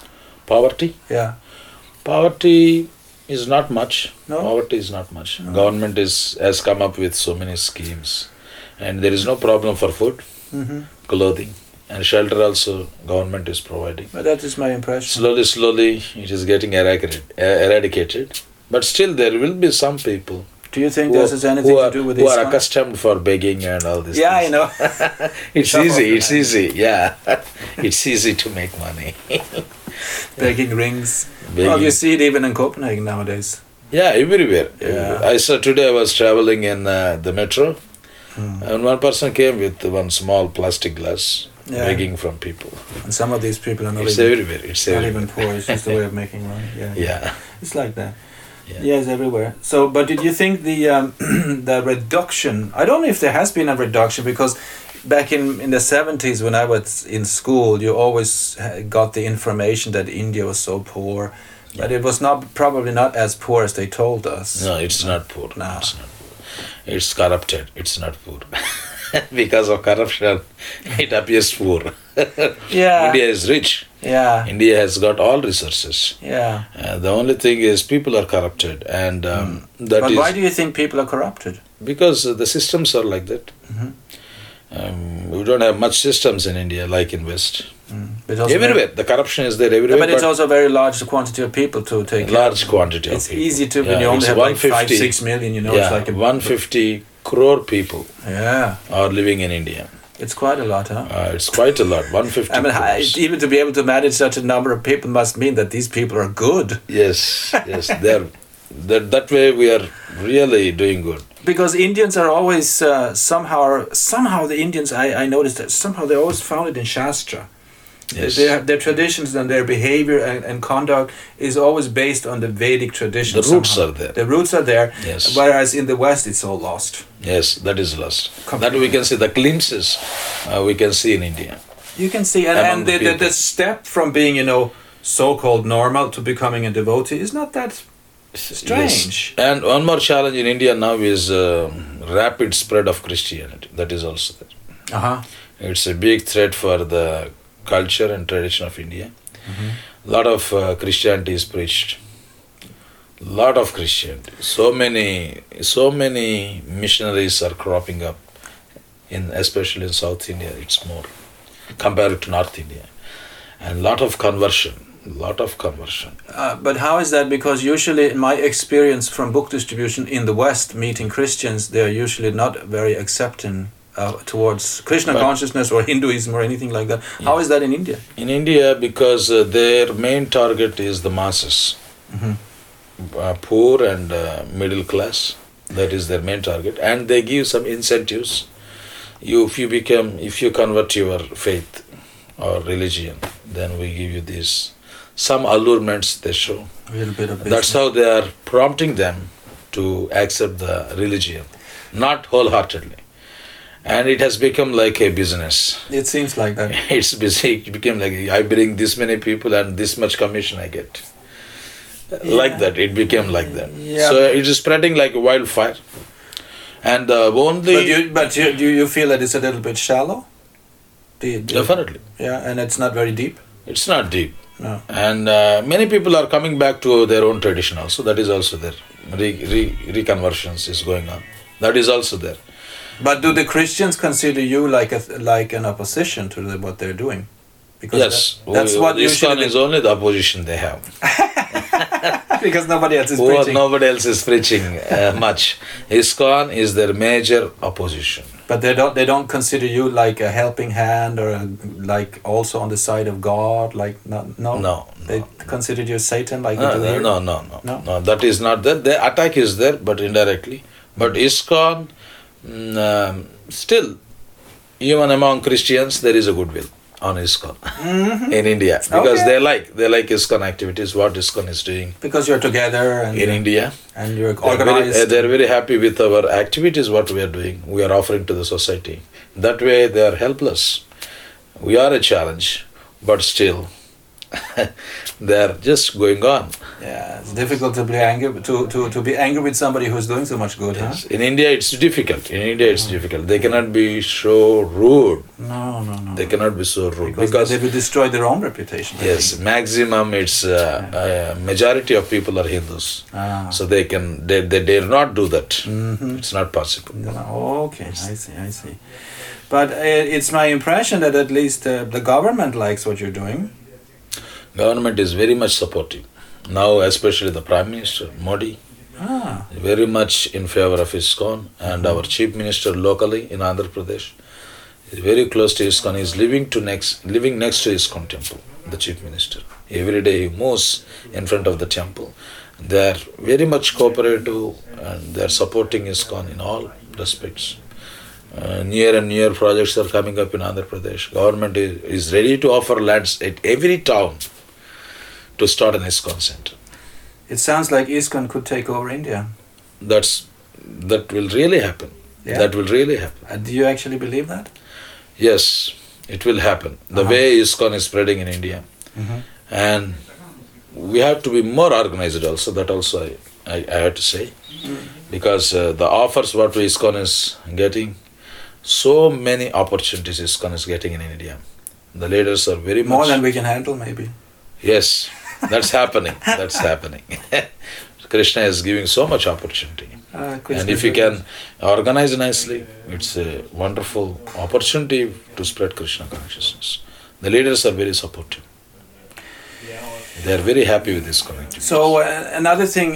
Speaker 2: Poverty?
Speaker 3: Yeah.
Speaker 2: Poverty is not much.
Speaker 3: No?
Speaker 2: Poverty is not much. Government is has come up with so many schemes, and there is no problem for food,
Speaker 3: hmm
Speaker 2: clothing, and shelter. Also, government is providing.
Speaker 3: But that is my impression.
Speaker 2: Slowly, slowly, it is getting eradicated. eh, eradicated. But still, there will be some people
Speaker 3: Do you think
Speaker 2: who,
Speaker 3: this has anything
Speaker 2: who are,
Speaker 3: to do with
Speaker 2: who
Speaker 3: this?
Speaker 2: are
Speaker 3: one?
Speaker 2: accustomed for begging and all this.
Speaker 3: Yeah, I know.
Speaker 2: [LAUGHS] It's
Speaker 3: Some of
Speaker 2: easy.
Speaker 3: them
Speaker 2: It's
Speaker 3: are.
Speaker 2: easy. Yeah, [LAUGHS] it's easy to make money.
Speaker 3: Begging rings. Well,
Speaker 2: Begging.
Speaker 3: you see it even in Copenhagen nowadays.
Speaker 2: Yeah, everywhere.
Speaker 3: Yeah.
Speaker 2: I saw today I was traveling in uh, the metro,
Speaker 3: Hmm.
Speaker 2: and one person came with one small plastic glass,
Speaker 3: Yeah.
Speaker 2: begging from people.
Speaker 3: And some of these people are not,
Speaker 2: it's
Speaker 3: even,
Speaker 2: everywhere. It's
Speaker 3: not
Speaker 2: everywhere.
Speaker 3: even poor. It's just a way of making
Speaker 2: [LAUGHS]
Speaker 3: money. Yeah.
Speaker 2: Yeah.
Speaker 3: It's like that.
Speaker 2: Yeah.
Speaker 3: Yes, everywhere. So, but did you think the um, [CLEARS THROAT] the reduction? I don't know if there has been a reduction because back in in the seventies when I was in school, you always uh, got the information that India was so poor, but it was not probably not as poor as they told us.
Speaker 2: No, it's not poor.
Speaker 3: No.
Speaker 2: It's not poor. [LAUGHS] It's corrupted. It's not poor. because of corruption, [LAUGHS] it appears poor. India
Speaker 3: Yeah.
Speaker 2: is rich.
Speaker 3: Yeah.
Speaker 2: India has got all resources.
Speaker 3: Yeah.
Speaker 2: Uh, the only thing is people are corrupted, and um, that
Speaker 3: Hmm. But
Speaker 2: is-
Speaker 3: why do you think people are corrupted?
Speaker 2: because uh, the systems are like that.
Speaker 3: Mhm.
Speaker 2: Um, we don't have much systems in India like in West.
Speaker 3: Mm. It's also very-
Speaker 2: everywhere, the corruption is there
Speaker 3: Yeah,
Speaker 2: everywhere.
Speaker 3: but it's also a very large quantity of people to take.
Speaker 2: in
Speaker 3: care.
Speaker 2: large quantity
Speaker 3: It's
Speaker 2: of people.
Speaker 3: easy to when
Speaker 2: Yeah,
Speaker 3: you only
Speaker 2: it's
Speaker 3: have like five,
Speaker 2: 150
Speaker 3: six million. You know,
Speaker 2: yeah,
Speaker 3: it's like a
Speaker 2: 150 crore people
Speaker 3: Yeah,
Speaker 2: are living in India.
Speaker 3: it's quite a lot, huh?
Speaker 2: Uh, it's quite a lot. 150.
Speaker 3: [LAUGHS] I mean, I-
Speaker 2: crores.
Speaker 3: even to be able to manage such a number of people must mean that these people are good.
Speaker 2: yes,
Speaker 3: [LAUGHS]
Speaker 2: yes. There, that that way we are really doing good.
Speaker 3: Because Indians are always uh, somehow somehow the Indians I, I noticed that somehow they always found it in Shastra.
Speaker 2: Yes.
Speaker 3: Their, their traditions and their behavior and, and conduct is always based on the Vedic tradition.
Speaker 2: The roots
Speaker 3: somehow.
Speaker 2: are there.
Speaker 3: The roots are there.
Speaker 2: Yes.
Speaker 3: Whereas in the West, it's all lost.
Speaker 2: Yes, that is lost. That
Speaker 3: Completely.
Speaker 2: we can see the glimpses uh, we can see in India.
Speaker 3: You can see, and,
Speaker 2: Among
Speaker 3: and
Speaker 2: the
Speaker 3: the, the,
Speaker 2: people.
Speaker 3: the step from being, you know, so-called normal to becoming a devotee is not that strange.
Speaker 2: Yes. And one more challenge in India now is um rapid spread of Christianity. That is also there.
Speaker 3: Uh huh.
Speaker 2: It's a big threat for the culture and tradition of India. A lot of uh, Christianity is preached. Lot of Christianity. So many, so many missionaries are cropping up, in especially in South India. It's more compared to North India, and lot of conversion. Lot of conversion.
Speaker 3: Uh, but how is that? Because usually, in my experience from book distribution in the West, meeting Christians, they are usually not very accepting uh, towards Krishna
Speaker 2: But-
Speaker 3: consciousness or [LAUGHS] Hinduism or anything like that. How is that in India?
Speaker 2: in India because uh, their main target is the masses,
Speaker 3: Mhm.
Speaker 2: uh, poor and uh, middle class. That is their main target, and they give some incentives. You, if you become, if you convert your faith or religion, then we give you these some allurements they show.
Speaker 3: A little bit of
Speaker 2: That's how they are prompting them to accept the religion, not wholeheartedly, and it has become like a business
Speaker 3: It seems like that.
Speaker 2: [LAUGHS] it's busy it became like i bring this many people and this much commission i get like
Speaker 3: Yeah.
Speaker 2: that it became like that
Speaker 3: Yeah.
Speaker 2: so it is spreading like wildfire and uh, only
Speaker 3: But you, but you, do you feel that it's a little bit shallow? Do you- do you-
Speaker 2: definitely
Speaker 3: Yeah, and it's not very deep.
Speaker 2: it's not deep
Speaker 3: No.
Speaker 2: and uh, many people are coming back to their own tradition also that is also there re- re- reconversions is going on that is also there
Speaker 3: But do the Christians consider you like a like an opposition to the, what they're doing? Because
Speaker 2: yes
Speaker 3: that- that's
Speaker 2: We-
Speaker 3: what
Speaker 2: ISKCON
Speaker 3: usually
Speaker 2: is only the opposition they have
Speaker 3: [LAUGHS] because nobody else is
Speaker 2: Who are-
Speaker 3: preaching.
Speaker 2: nobody else is preaching uh, [LAUGHS] much ISKCON is their major opposition
Speaker 3: But they don't they don't consider you like a helping hand or a, like also on the side of God. Like no no
Speaker 2: No,
Speaker 3: Oh. they consider you Satan like they
Speaker 2: No,
Speaker 3: do
Speaker 2: no,
Speaker 3: here?
Speaker 2: no, no, no,
Speaker 3: No?
Speaker 2: no. That is not there. The attack is there, but indirectly. But
Speaker 3: Hmm.
Speaker 2: ISKCON, mm, um, still, even among Christians, there is a goodwill on ISKCON [LAUGHS] in India because
Speaker 3: Mm-hmm. Okay.
Speaker 2: they like they like ISKCON activities. What ISKCON is doing
Speaker 3: because you're together and
Speaker 2: in India,
Speaker 3: and you're
Speaker 2: they're very, uh,
Speaker 3: organized.
Speaker 2: they're very happy with our activities. What we are doing, we are offering to the society. That way, they are helpless. We are a challenge, but still, [LAUGHS] they are just going on.
Speaker 3: yeah, it's difficult to be angry to, to, to be angry with somebody who's doing so much good,
Speaker 2: Yes. In India, it's difficult. In India, it's difficult. They cannot be so rude.
Speaker 3: huh? No, no, no.
Speaker 2: They cannot be so rude
Speaker 3: because,
Speaker 2: because,
Speaker 3: they will destroy their own reputation. I
Speaker 2: yes,
Speaker 3: think.
Speaker 2: maximum it's uh, uh, majority of people are Hindus,
Speaker 3: Ah.
Speaker 2: so they can they, they dare not do that.
Speaker 3: Mhm.
Speaker 2: It's not possible.
Speaker 3: Okay, I see, I see. But uh, it's my impression that at least uh, the government likes what you're doing.
Speaker 2: Government is very much supportive now, especially the Prime Minister Modi,
Speaker 3: Ah,
Speaker 2: very much in favor of ISKCON, and our Chief Minister locally in Andhra Pradesh is very close to ISKCON. He's living to next, living next to ISKCON temple. The Chief Minister every day he moves in front of the temple. They are very much cooperative and they are supporting ISKCON in all respects. Uh, near and near projects are coming up in Andhra Pradesh. Government is, is ready to offer lands at every town to start an ISKCON center.
Speaker 3: it sounds like ISKCON could take over India.
Speaker 2: that's that will really happen
Speaker 3: Yeah.
Speaker 2: that will really happen
Speaker 3: Uh, do you actually believe that?
Speaker 2: yes it will happen the
Speaker 3: Uh-huh.
Speaker 2: way iskon is spreading in india Mm-hmm.
Speaker 3: Mhm.
Speaker 2: and we have to be more organized also that also i,
Speaker 3: Mm-hmm.
Speaker 2: I, I have to say because uh, the offers what iskon is getting So many opportunities ISKCON is getting in India. The leaders are very
Speaker 3: More
Speaker 2: much.
Speaker 3: than we can handle, maybe.
Speaker 2: Yes, that's happening. That's happening. [LAUGHS] Krishna is giving so much opportunity.
Speaker 3: Uh,
Speaker 2: and if you can organize nicely, it's a wonderful opportunity to spread Krishna consciousness. The leaders are very supportive. They are very happy with this community.
Speaker 3: So uh, another thing,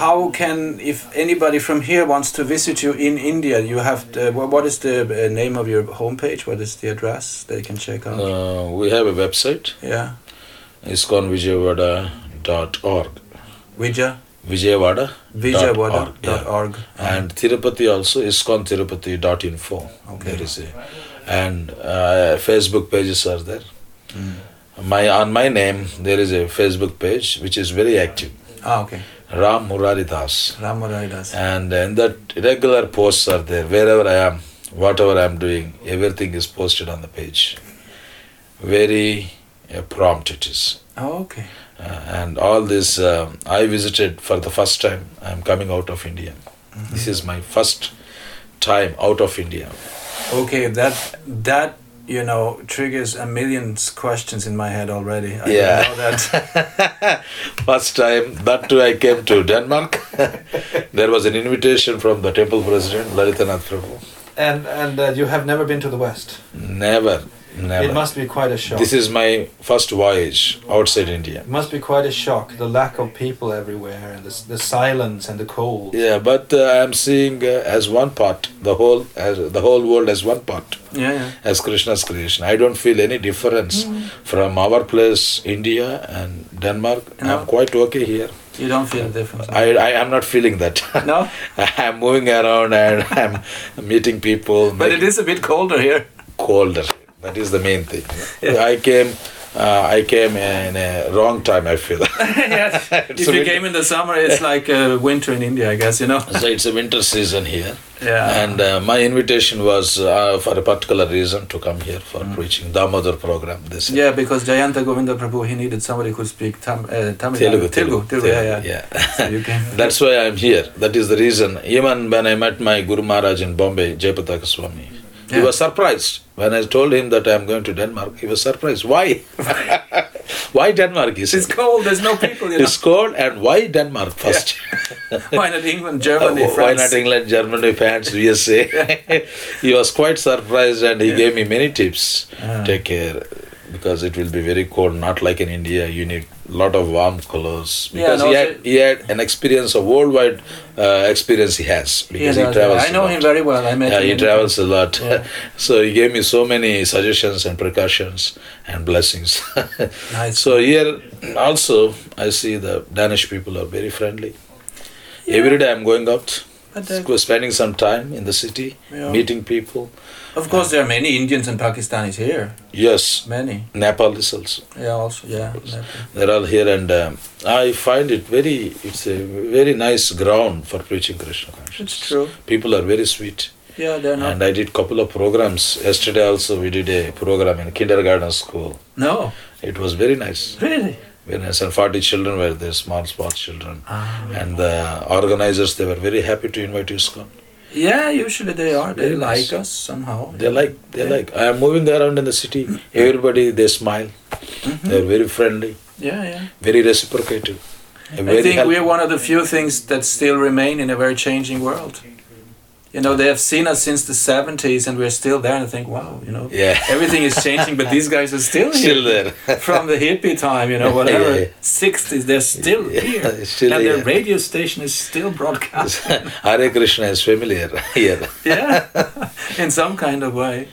Speaker 3: how can if anybody from here wants to visit you in India, you have to, wha- what is the uh, name of your homepage? What is the address they can check out?
Speaker 2: Uh, we have a website,
Speaker 3: yeah,
Speaker 2: iskonvijayawada.org.
Speaker 3: Vijay
Speaker 2: Vijayawada.
Speaker 3: Vijayawada.org.
Speaker 2: yeah. And Tirupati also, iskontirupati.info.
Speaker 3: Okay.
Speaker 2: There is a, and uh, Facebook pages are there.
Speaker 3: Hmm.
Speaker 2: My On my name, there is a Facebook page which is very active.
Speaker 3: Ah, okay.
Speaker 2: Ram Murari Das.
Speaker 3: Ramurai Das.
Speaker 2: And in that regular posts are there. Wherever I am, whatever I am doing, everything is posted on the page. Very uh, prompt it is.
Speaker 3: Oh, okay.
Speaker 2: Uh, and all this, um I visited for the first time. I'm coming out of India. This is my first time out of India.
Speaker 3: Okay, that that you know triggers a million questions in my head already. I
Speaker 2: Yeah.
Speaker 3: Know that. [LAUGHS]
Speaker 2: First time, that too, I came to Denmark. [LAUGHS] there was an invitation from the temple president, Laritanath Prabhu.
Speaker 4: And and uh, you have never been to the West.
Speaker 2: Never, never.
Speaker 4: It must be quite a shock.
Speaker 2: This is my first voyage outside India.
Speaker 4: it must be quite a shock. The lack of people everywhere, and the, s- the silence and the cold.
Speaker 2: Yeah, but uh, I am seeing uh, as one part, the whole, as, the whole world as one part.
Speaker 3: yeah, yeah.
Speaker 2: as Krishna's creation. I don't feel any difference
Speaker 3: Hmm.
Speaker 2: from our place, India and Denmark.
Speaker 3: No.
Speaker 2: I'm quite okay here.
Speaker 3: You don't feel the difference.
Speaker 2: I, I am not feeling that. [LAUGHS]
Speaker 3: no,
Speaker 2: I'm moving around and [LAUGHS] I'm meeting people.
Speaker 3: but it is a bit colder [LAUGHS] here.
Speaker 2: colder. That is the main thing. I came. Uh, I came in a wrong time. I feel. [LAUGHS]
Speaker 3: yes.
Speaker 2: It's
Speaker 3: [LAUGHS] If
Speaker 2: a
Speaker 3: you
Speaker 2: bit-
Speaker 3: came in the summer,
Speaker 2: [LAUGHS]
Speaker 3: it's like uh, winter in India, I guess. You know.
Speaker 2: so it's a winter season here.
Speaker 3: Yeah.
Speaker 2: And uh, my invitation was uh, for a particular reason to come here for preaching Damodar program. This
Speaker 3: Mm. Yeah, because Jayanta Govinda Prabhu, he needed somebody who could speak Tam, uh, Tamil.
Speaker 2: Telugu,
Speaker 3: Telugu, Telugu, yeah, yeah. So you can.
Speaker 2: [LAUGHS] That's why I'm here. That is the reason. Even when I met my Guru Maharaj in Bombay, Jayapataka Swami, he
Speaker 3: Yeah.
Speaker 2: was surprised. When I told him that I'm going to Denmark, he was surprised. Why? [LAUGHS] why Denmark? He
Speaker 3: It's
Speaker 2: says,
Speaker 3: cold, there's no people, you know.
Speaker 2: It's cold, and why Denmark first? [LAUGHS]
Speaker 3: Why not England, Germany,
Speaker 2: Why
Speaker 3: France?
Speaker 2: not England, Germany, France,
Speaker 3: [LAUGHS]
Speaker 2: USA? he was quite surprised and he gave me many tips.
Speaker 3: Uh-huh.
Speaker 2: Take care because it will be very cold, not like in India. You need lot of warm clothes
Speaker 3: Yeah,
Speaker 2: because
Speaker 3: and
Speaker 2: he,
Speaker 3: also-
Speaker 2: had, he had an experience, a worldwide uh, experience he has
Speaker 3: Yeah,
Speaker 2: because
Speaker 3: no,
Speaker 2: he travels.
Speaker 3: I
Speaker 2: a
Speaker 3: know
Speaker 2: lot.
Speaker 3: him very well. I met
Speaker 2: Yeah,
Speaker 3: him.
Speaker 2: he
Speaker 3: in-
Speaker 2: travels a lot.
Speaker 3: Yeah.
Speaker 2: [LAUGHS] so he gave me so many suggestions and precautions and blessings.
Speaker 3: Nice.
Speaker 2: [LAUGHS] So here also I see the Danish people are very friendly.
Speaker 3: Yeah.
Speaker 2: Every day I'm going out,
Speaker 3: But, uh,
Speaker 2: sp- spending some time in the city,
Speaker 3: Yeah.
Speaker 2: meeting people.
Speaker 3: Of course, there are many Indians and Pakistanis here.
Speaker 2: Yes,
Speaker 3: Many.
Speaker 2: Nepal is also.
Speaker 3: Yeah, also, yeah.
Speaker 2: They're all here, and um, I find it very. It's a very nice ground for preaching Krishna consciousness.
Speaker 3: It's true.
Speaker 2: People are very sweet,
Speaker 3: Yeah, they're not.
Speaker 2: and I did couple of programs yesterday. Also, we did a program in kindergarten school.
Speaker 3: no,
Speaker 2: It was very nice.
Speaker 3: really.
Speaker 2: Very nice, and forty children were there, small, small children. And the organizers, they were very happy to invite ISKCON.
Speaker 3: Yeah, usually they are. They
Speaker 2: Very nice.
Speaker 3: like us somehow.
Speaker 2: They like, they like. I am moving around in the city. Everybody, they smile. They're very friendly,
Speaker 3: Mm-hmm. Yeah, yeah.
Speaker 2: very reciprocative.
Speaker 3: I think we're one of the few things that still remain in a very changing world. You know, they have seen us since the 70s and we're still there and I think, wow, you know,
Speaker 2: Yeah.
Speaker 3: everything is changing, but these guys are still here.
Speaker 2: still there.
Speaker 3: [LAUGHS] From the hippie time, you know, whatever,
Speaker 2: Yeah, yeah.
Speaker 3: 60s, they're still
Speaker 2: Yeah,
Speaker 3: here.
Speaker 2: [LAUGHS] still
Speaker 3: and
Speaker 2: here.
Speaker 3: their radio station is still
Speaker 2: [LAUGHS]
Speaker 3: broadcast.
Speaker 2: Hare Krishna is familiar [LAUGHS] here.
Speaker 3: yeah, in some kind of way.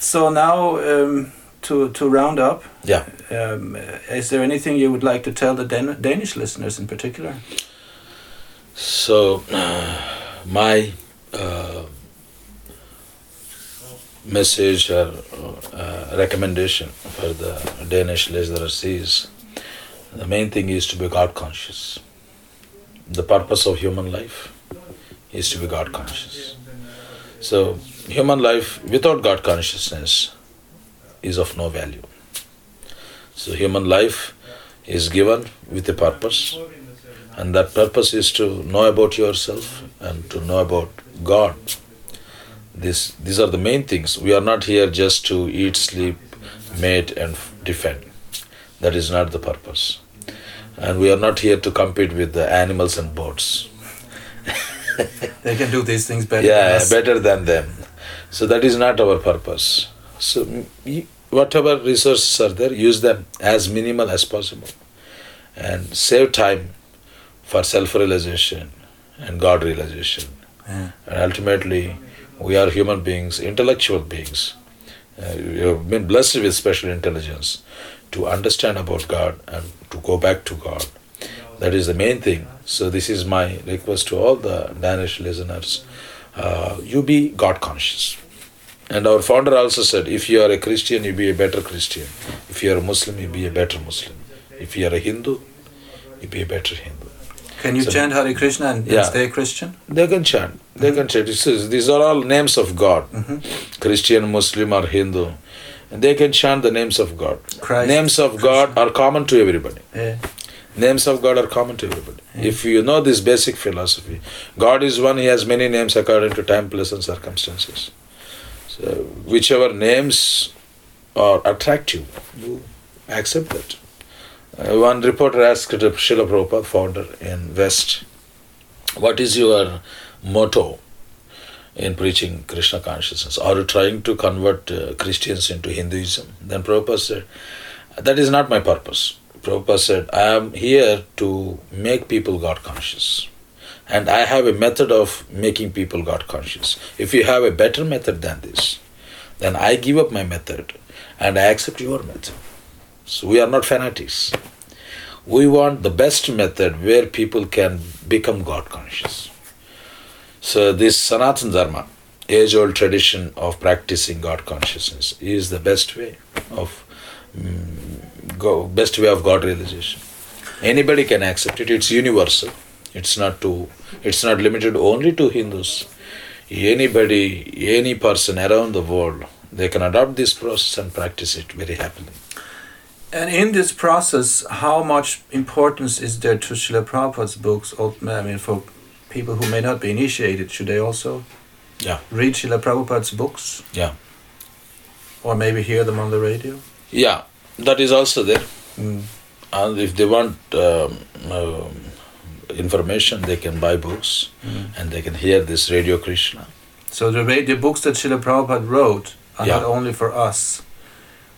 Speaker 3: So now, um, to, to round up,
Speaker 2: Yeah.
Speaker 3: um, is there anything you would like to tell the Dan- Danish listeners in particular?
Speaker 2: So, uh, my uh, message or uh, recommendation for the Danish listeners is the main thing is to be God conscious. The purpose of human life is to be God conscious. So, human life without God consciousness is of no value. So, human life is given with a purpose and that purpose is to know about yourself and to know about God. This, these are the main things. We are not here just to eat, sleep, mate, and f- defend. That is not the purpose. And we are not here to compete with the animals and birds.
Speaker 3: They can do these things better. than
Speaker 2: Yeah,
Speaker 3: us.
Speaker 2: better than them. So that is not our purpose. So mm, y- whatever resources are there, use them as minimal as possible, and save time for self-realization and God realization.
Speaker 3: Yeah.
Speaker 2: And ultimately, we are human beings, intellectual beings. Uh, we have been blessed with special intelligence to understand about God and to go back to God. That is the main thing. So, this is my request to all the Danish listeners uh, you be God conscious. And our founder also said if you are a Christian, you be a better Christian. If you are a Muslim, you be a better Muslim. If you are a Hindu, you be a better Hindu.
Speaker 3: Can you
Speaker 2: So-
Speaker 3: chant Hare Krishna and, and
Speaker 2: Yeah.
Speaker 3: stay Christian?
Speaker 2: They can chant. They can chant. It says, these are all names of God. Christian, Muslim, or Hindu. And they can chant the names of God.
Speaker 3: Christ.
Speaker 2: Names of God are common to everybody.
Speaker 3: Yeah.
Speaker 2: Names of God are common to everybody. If you know this basic philosophy, God is one, He has many names according to time, place, and circumstances. So, whichever names are attractive, you accept that. Uh, one reporter asked Srila Prabhupada, founder in West, what is your motto in preaching Krishna consciousness? Are you trying to convert uh, Christians into Hinduism? Then Prabhupada said, that is not my purpose. Prabhupada said, I am here to make people God conscious. And I have a method of making people God conscious. If you have a better method than this, then I give up my method and I accept your method. So we are not fanatics. We want the best method where people can become God conscious. So this Sanatana Dharma, age old tradition of practicing God consciousness, is the best way of go, best way of God realization. Anybody can accept it. It's universal. It's not to. It's not limited only to Hindus. Anybody, any person around the world, they can adopt this process and practice it very happily.
Speaker 3: And in this process, how much importance is there to Srila Prabhupada's books? Or, I mean, for people who may not be initiated, should they also
Speaker 2: Yeah.
Speaker 3: read Srila Prabhupada's books?
Speaker 2: Yeah.
Speaker 3: Or maybe hear them on the radio?
Speaker 2: Yeah, that is also there.
Speaker 3: Mm.
Speaker 2: And if they want um, um, information, they can buy books and they can hear this Radio Krishna.
Speaker 3: So the, ra- the books that Srila Prabhupada wrote are
Speaker 2: Yeah.
Speaker 3: not only for us,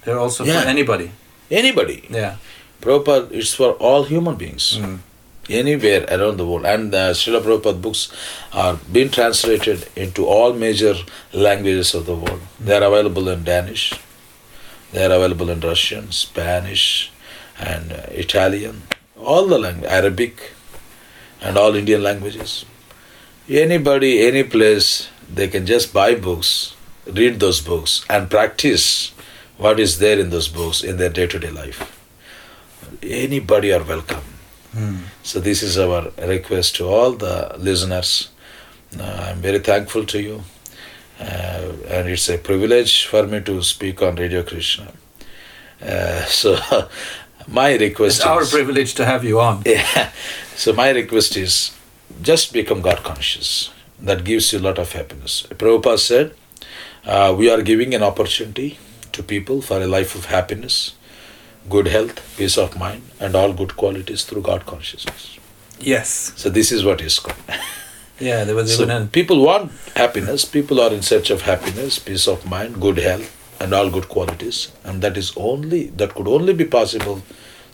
Speaker 3: they're also
Speaker 2: Yeah.
Speaker 3: for anybody.
Speaker 2: Anybody,
Speaker 3: Yeah.
Speaker 2: Prabhupada, it's for all human beings.
Speaker 3: Mm.
Speaker 2: anywhere around the world. And the Srila Prabhupada books are being translated into all major languages of the world. They are available in Danish, they are available in Russian, Spanish, and uh, Italian, all the languages, Arabic, and all Indian languages. Anybody, any place, they can just buy books, read those books, and practice what is there in those books in their day to day life. Anybody are welcome.
Speaker 3: Hmm.
Speaker 2: So this is our request to all the listeners. Uh, I'm very thankful to you, uh, and it's a privilege for me to speak on Radio Krishna. Uh, [LAUGHS] so my request
Speaker 3: It's our
Speaker 2: is
Speaker 3: privilege to have you on.
Speaker 2: yeah. [LAUGHS] So my request is just become God conscious. That gives you a lot of happiness. Prabhupada said, uh, we are giving an opportunity to people for a life of happiness, good health, peace of mind, and all good qualities through God consciousness.
Speaker 3: Yes.
Speaker 2: So this is what is called.
Speaker 3: Yeah, there was even
Speaker 2: So
Speaker 3: an.
Speaker 2: people want happiness. People are in search of happiness, peace of mind, good health, and all good qualities. And that is only that could only be possible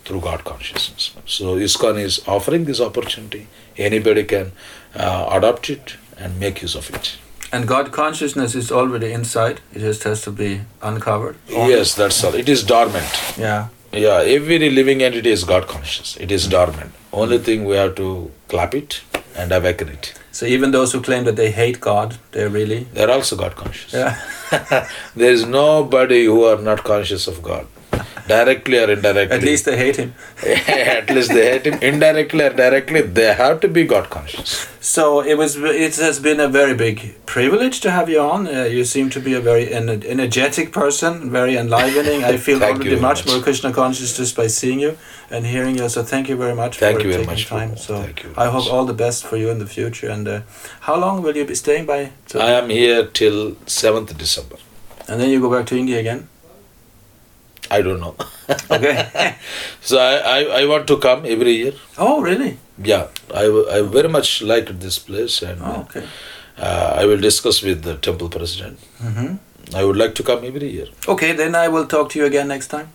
Speaker 2: through God consciousness. So ISKCON is offering this opportunity. Anybody can uh, adopt it and make use of it.
Speaker 3: And God consciousness is already inside, it just has to be uncovered.
Speaker 2: Yes, that's all. It is dormant.
Speaker 3: Yeah.
Speaker 2: Yeah, every living entity is God conscious. It is dormant. Only thing we have to clap it and awaken it.
Speaker 3: So even those who claim that they hate God, they're really.
Speaker 2: They're also God conscious.
Speaker 3: Yeah.
Speaker 2: there is nobody who are not conscious of God. directly or indirectly.
Speaker 3: At least they hate him.
Speaker 2: [LAUGHS] at least they hate him indirectly or directly. They have to be God conscious.
Speaker 3: So it was. It has been a very big privilege to have you on. Uh, you seem to be a very ener- energetic person, very enlivening.
Speaker 2: [LAUGHS]
Speaker 3: I feel
Speaker 2: Thank you
Speaker 3: already
Speaker 2: very
Speaker 3: much,
Speaker 2: much.
Speaker 3: more Krishna conscious just by seeing you and hearing you. So thank you very much
Speaker 2: Thank
Speaker 3: for
Speaker 2: you very
Speaker 3: taking
Speaker 2: much,
Speaker 3: time.
Speaker 2: Prabhu.
Speaker 3: So
Speaker 2: Thank you very
Speaker 3: I hope
Speaker 2: much.
Speaker 3: all the best for you in the future. And uh, how long will you be staying by? to-
Speaker 2: I am here till seventh December.
Speaker 3: and then you go back to India
Speaker 2: [LAUGHS]
Speaker 3: again.
Speaker 2: I don't know.
Speaker 3: Okay.
Speaker 2: So I, I, I want to come every year.
Speaker 3: [LAUGHS] oh really?
Speaker 2: Yeah, I, w- I very much liked this place and
Speaker 3: Oh, okay.
Speaker 2: uh, I will discuss with the temple president.
Speaker 3: hmm
Speaker 2: I would like to come every year.
Speaker 3: Okay, then I will talk to you again next time.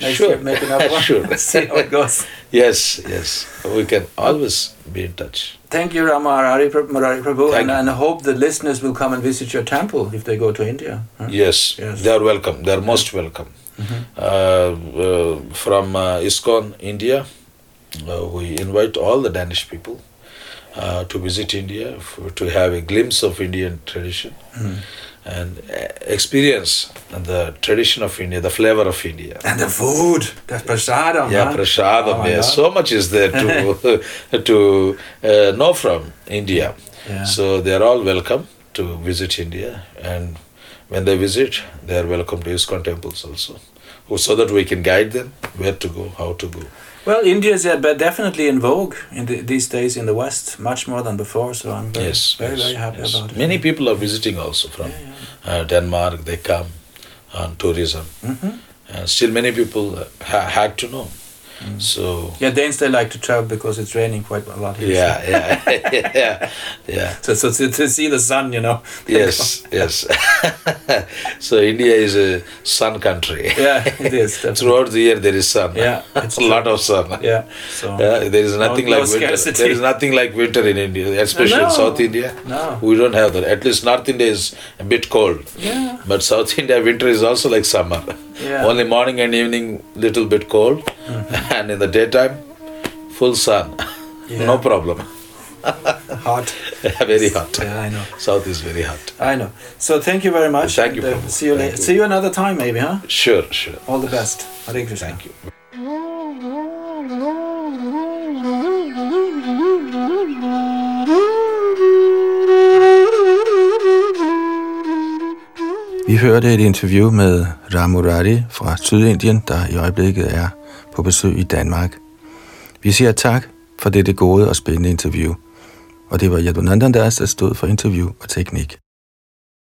Speaker 3: Next
Speaker 2: Sure.
Speaker 3: year, make another
Speaker 2: [LAUGHS]
Speaker 3: one. [LAUGHS]
Speaker 2: Sure.
Speaker 3: See how it goes.
Speaker 2: Yes, yes. We can always be in touch.
Speaker 3: Thank you, Rama Harari Pra- Murari Prabhu,
Speaker 2: Thank
Speaker 3: and,
Speaker 2: you.
Speaker 3: and I hope the listeners will come and visit your temple if they go to India. huh?
Speaker 2: Yes,
Speaker 3: Yes.
Speaker 2: they are welcome. They are most welcome.
Speaker 3: Mhm.
Speaker 2: Uh, uh, from uh, ISKCON, India, uh, we invite all the Danish people uh, to visit India for, to have a glimpse of Indian tradition
Speaker 3: Mm.
Speaker 2: and uh, experience the tradition of India, the flavor of India.
Speaker 3: And the food, the prasadam.
Speaker 2: Yeah,
Speaker 3: huh?
Speaker 2: prasadam.
Speaker 3: Oh my
Speaker 2: yeah,
Speaker 3: God.
Speaker 2: so much is there to [LAUGHS] to uh, know from India.
Speaker 3: Yeah.
Speaker 2: So they are all welcome to visit India, and when they visit, they are welcome to ISKCON temples also, who- so that we can guide them where to go, how to go.
Speaker 3: Well, India is uh, but definitely in vogue in the, these days in the West, much more than before. So I'm very,
Speaker 2: yes,
Speaker 3: very,
Speaker 2: yes,
Speaker 3: very happy
Speaker 2: yes.
Speaker 3: about it.
Speaker 2: Many people are visiting also from uh, Denmark. They come on tourism.
Speaker 3: Mhm.
Speaker 2: Uh, still, many people uh, ha- had to know.
Speaker 3: Mm.
Speaker 2: So.
Speaker 3: Yeah, Danes they like to travel because it's raining quite a lot here. so-
Speaker 2: Yeah, yeah, [LAUGHS] yeah, yeah.
Speaker 3: [LAUGHS] So, so to, to see the sun, you
Speaker 2: [LAUGHS]
Speaker 3: know.
Speaker 2: yes yes [LAUGHS] so india is a sun country
Speaker 3: yeah, it is. Definitely.
Speaker 2: [LAUGHS] throughout the year there is sun
Speaker 3: Yeah,
Speaker 2: [LAUGHS] it's a lot of sun
Speaker 3: Yeah. So
Speaker 2: Yeah, there is nothing
Speaker 3: no
Speaker 2: like winter
Speaker 3: scarcity.
Speaker 2: there is nothing like winter in india especially in
Speaker 3: No.
Speaker 2: south india
Speaker 3: no.
Speaker 2: we don't have that at least north india is a bit cold
Speaker 3: Yeah.
Speaker 2: but south india winter is also like summer
Speaker 3: Yeah. Mm-hmm.
Speaker 2: only morning and evening little bit cold [LAUGHS] and in the daytime full sun
Speaker 3: Yeah.
Speaker 2: no problem
Speaker 3: Hot.
Speaker 2: [LAUGHS] very hot
Speaker 3: Yeah, I know.
Speaker 2: south is very hot
Speaker 3: I know. So thank you very much.
Speaker 2: Thank you,
Speaker 3: and, uh,
Speaker 2: Prabhu.
Speaker 3: see you
Speaker 2: Thank
Speaker 3: later.
Speaker 2: you.
Speaker 3: See you another time, maybe, huh?
Speaker 2: sure sure
Speaker 3: All the best. Hare Krishna.
Speaker 2: thank you
Speaker 1: Vi hørte et interview med Ramurari fra Sydindien, der i øjeblikket er på besøg i Danmark. Vi siger tak for dette gode og spændende interview. Og det var Yadunandandas, der stod for interview og teknik.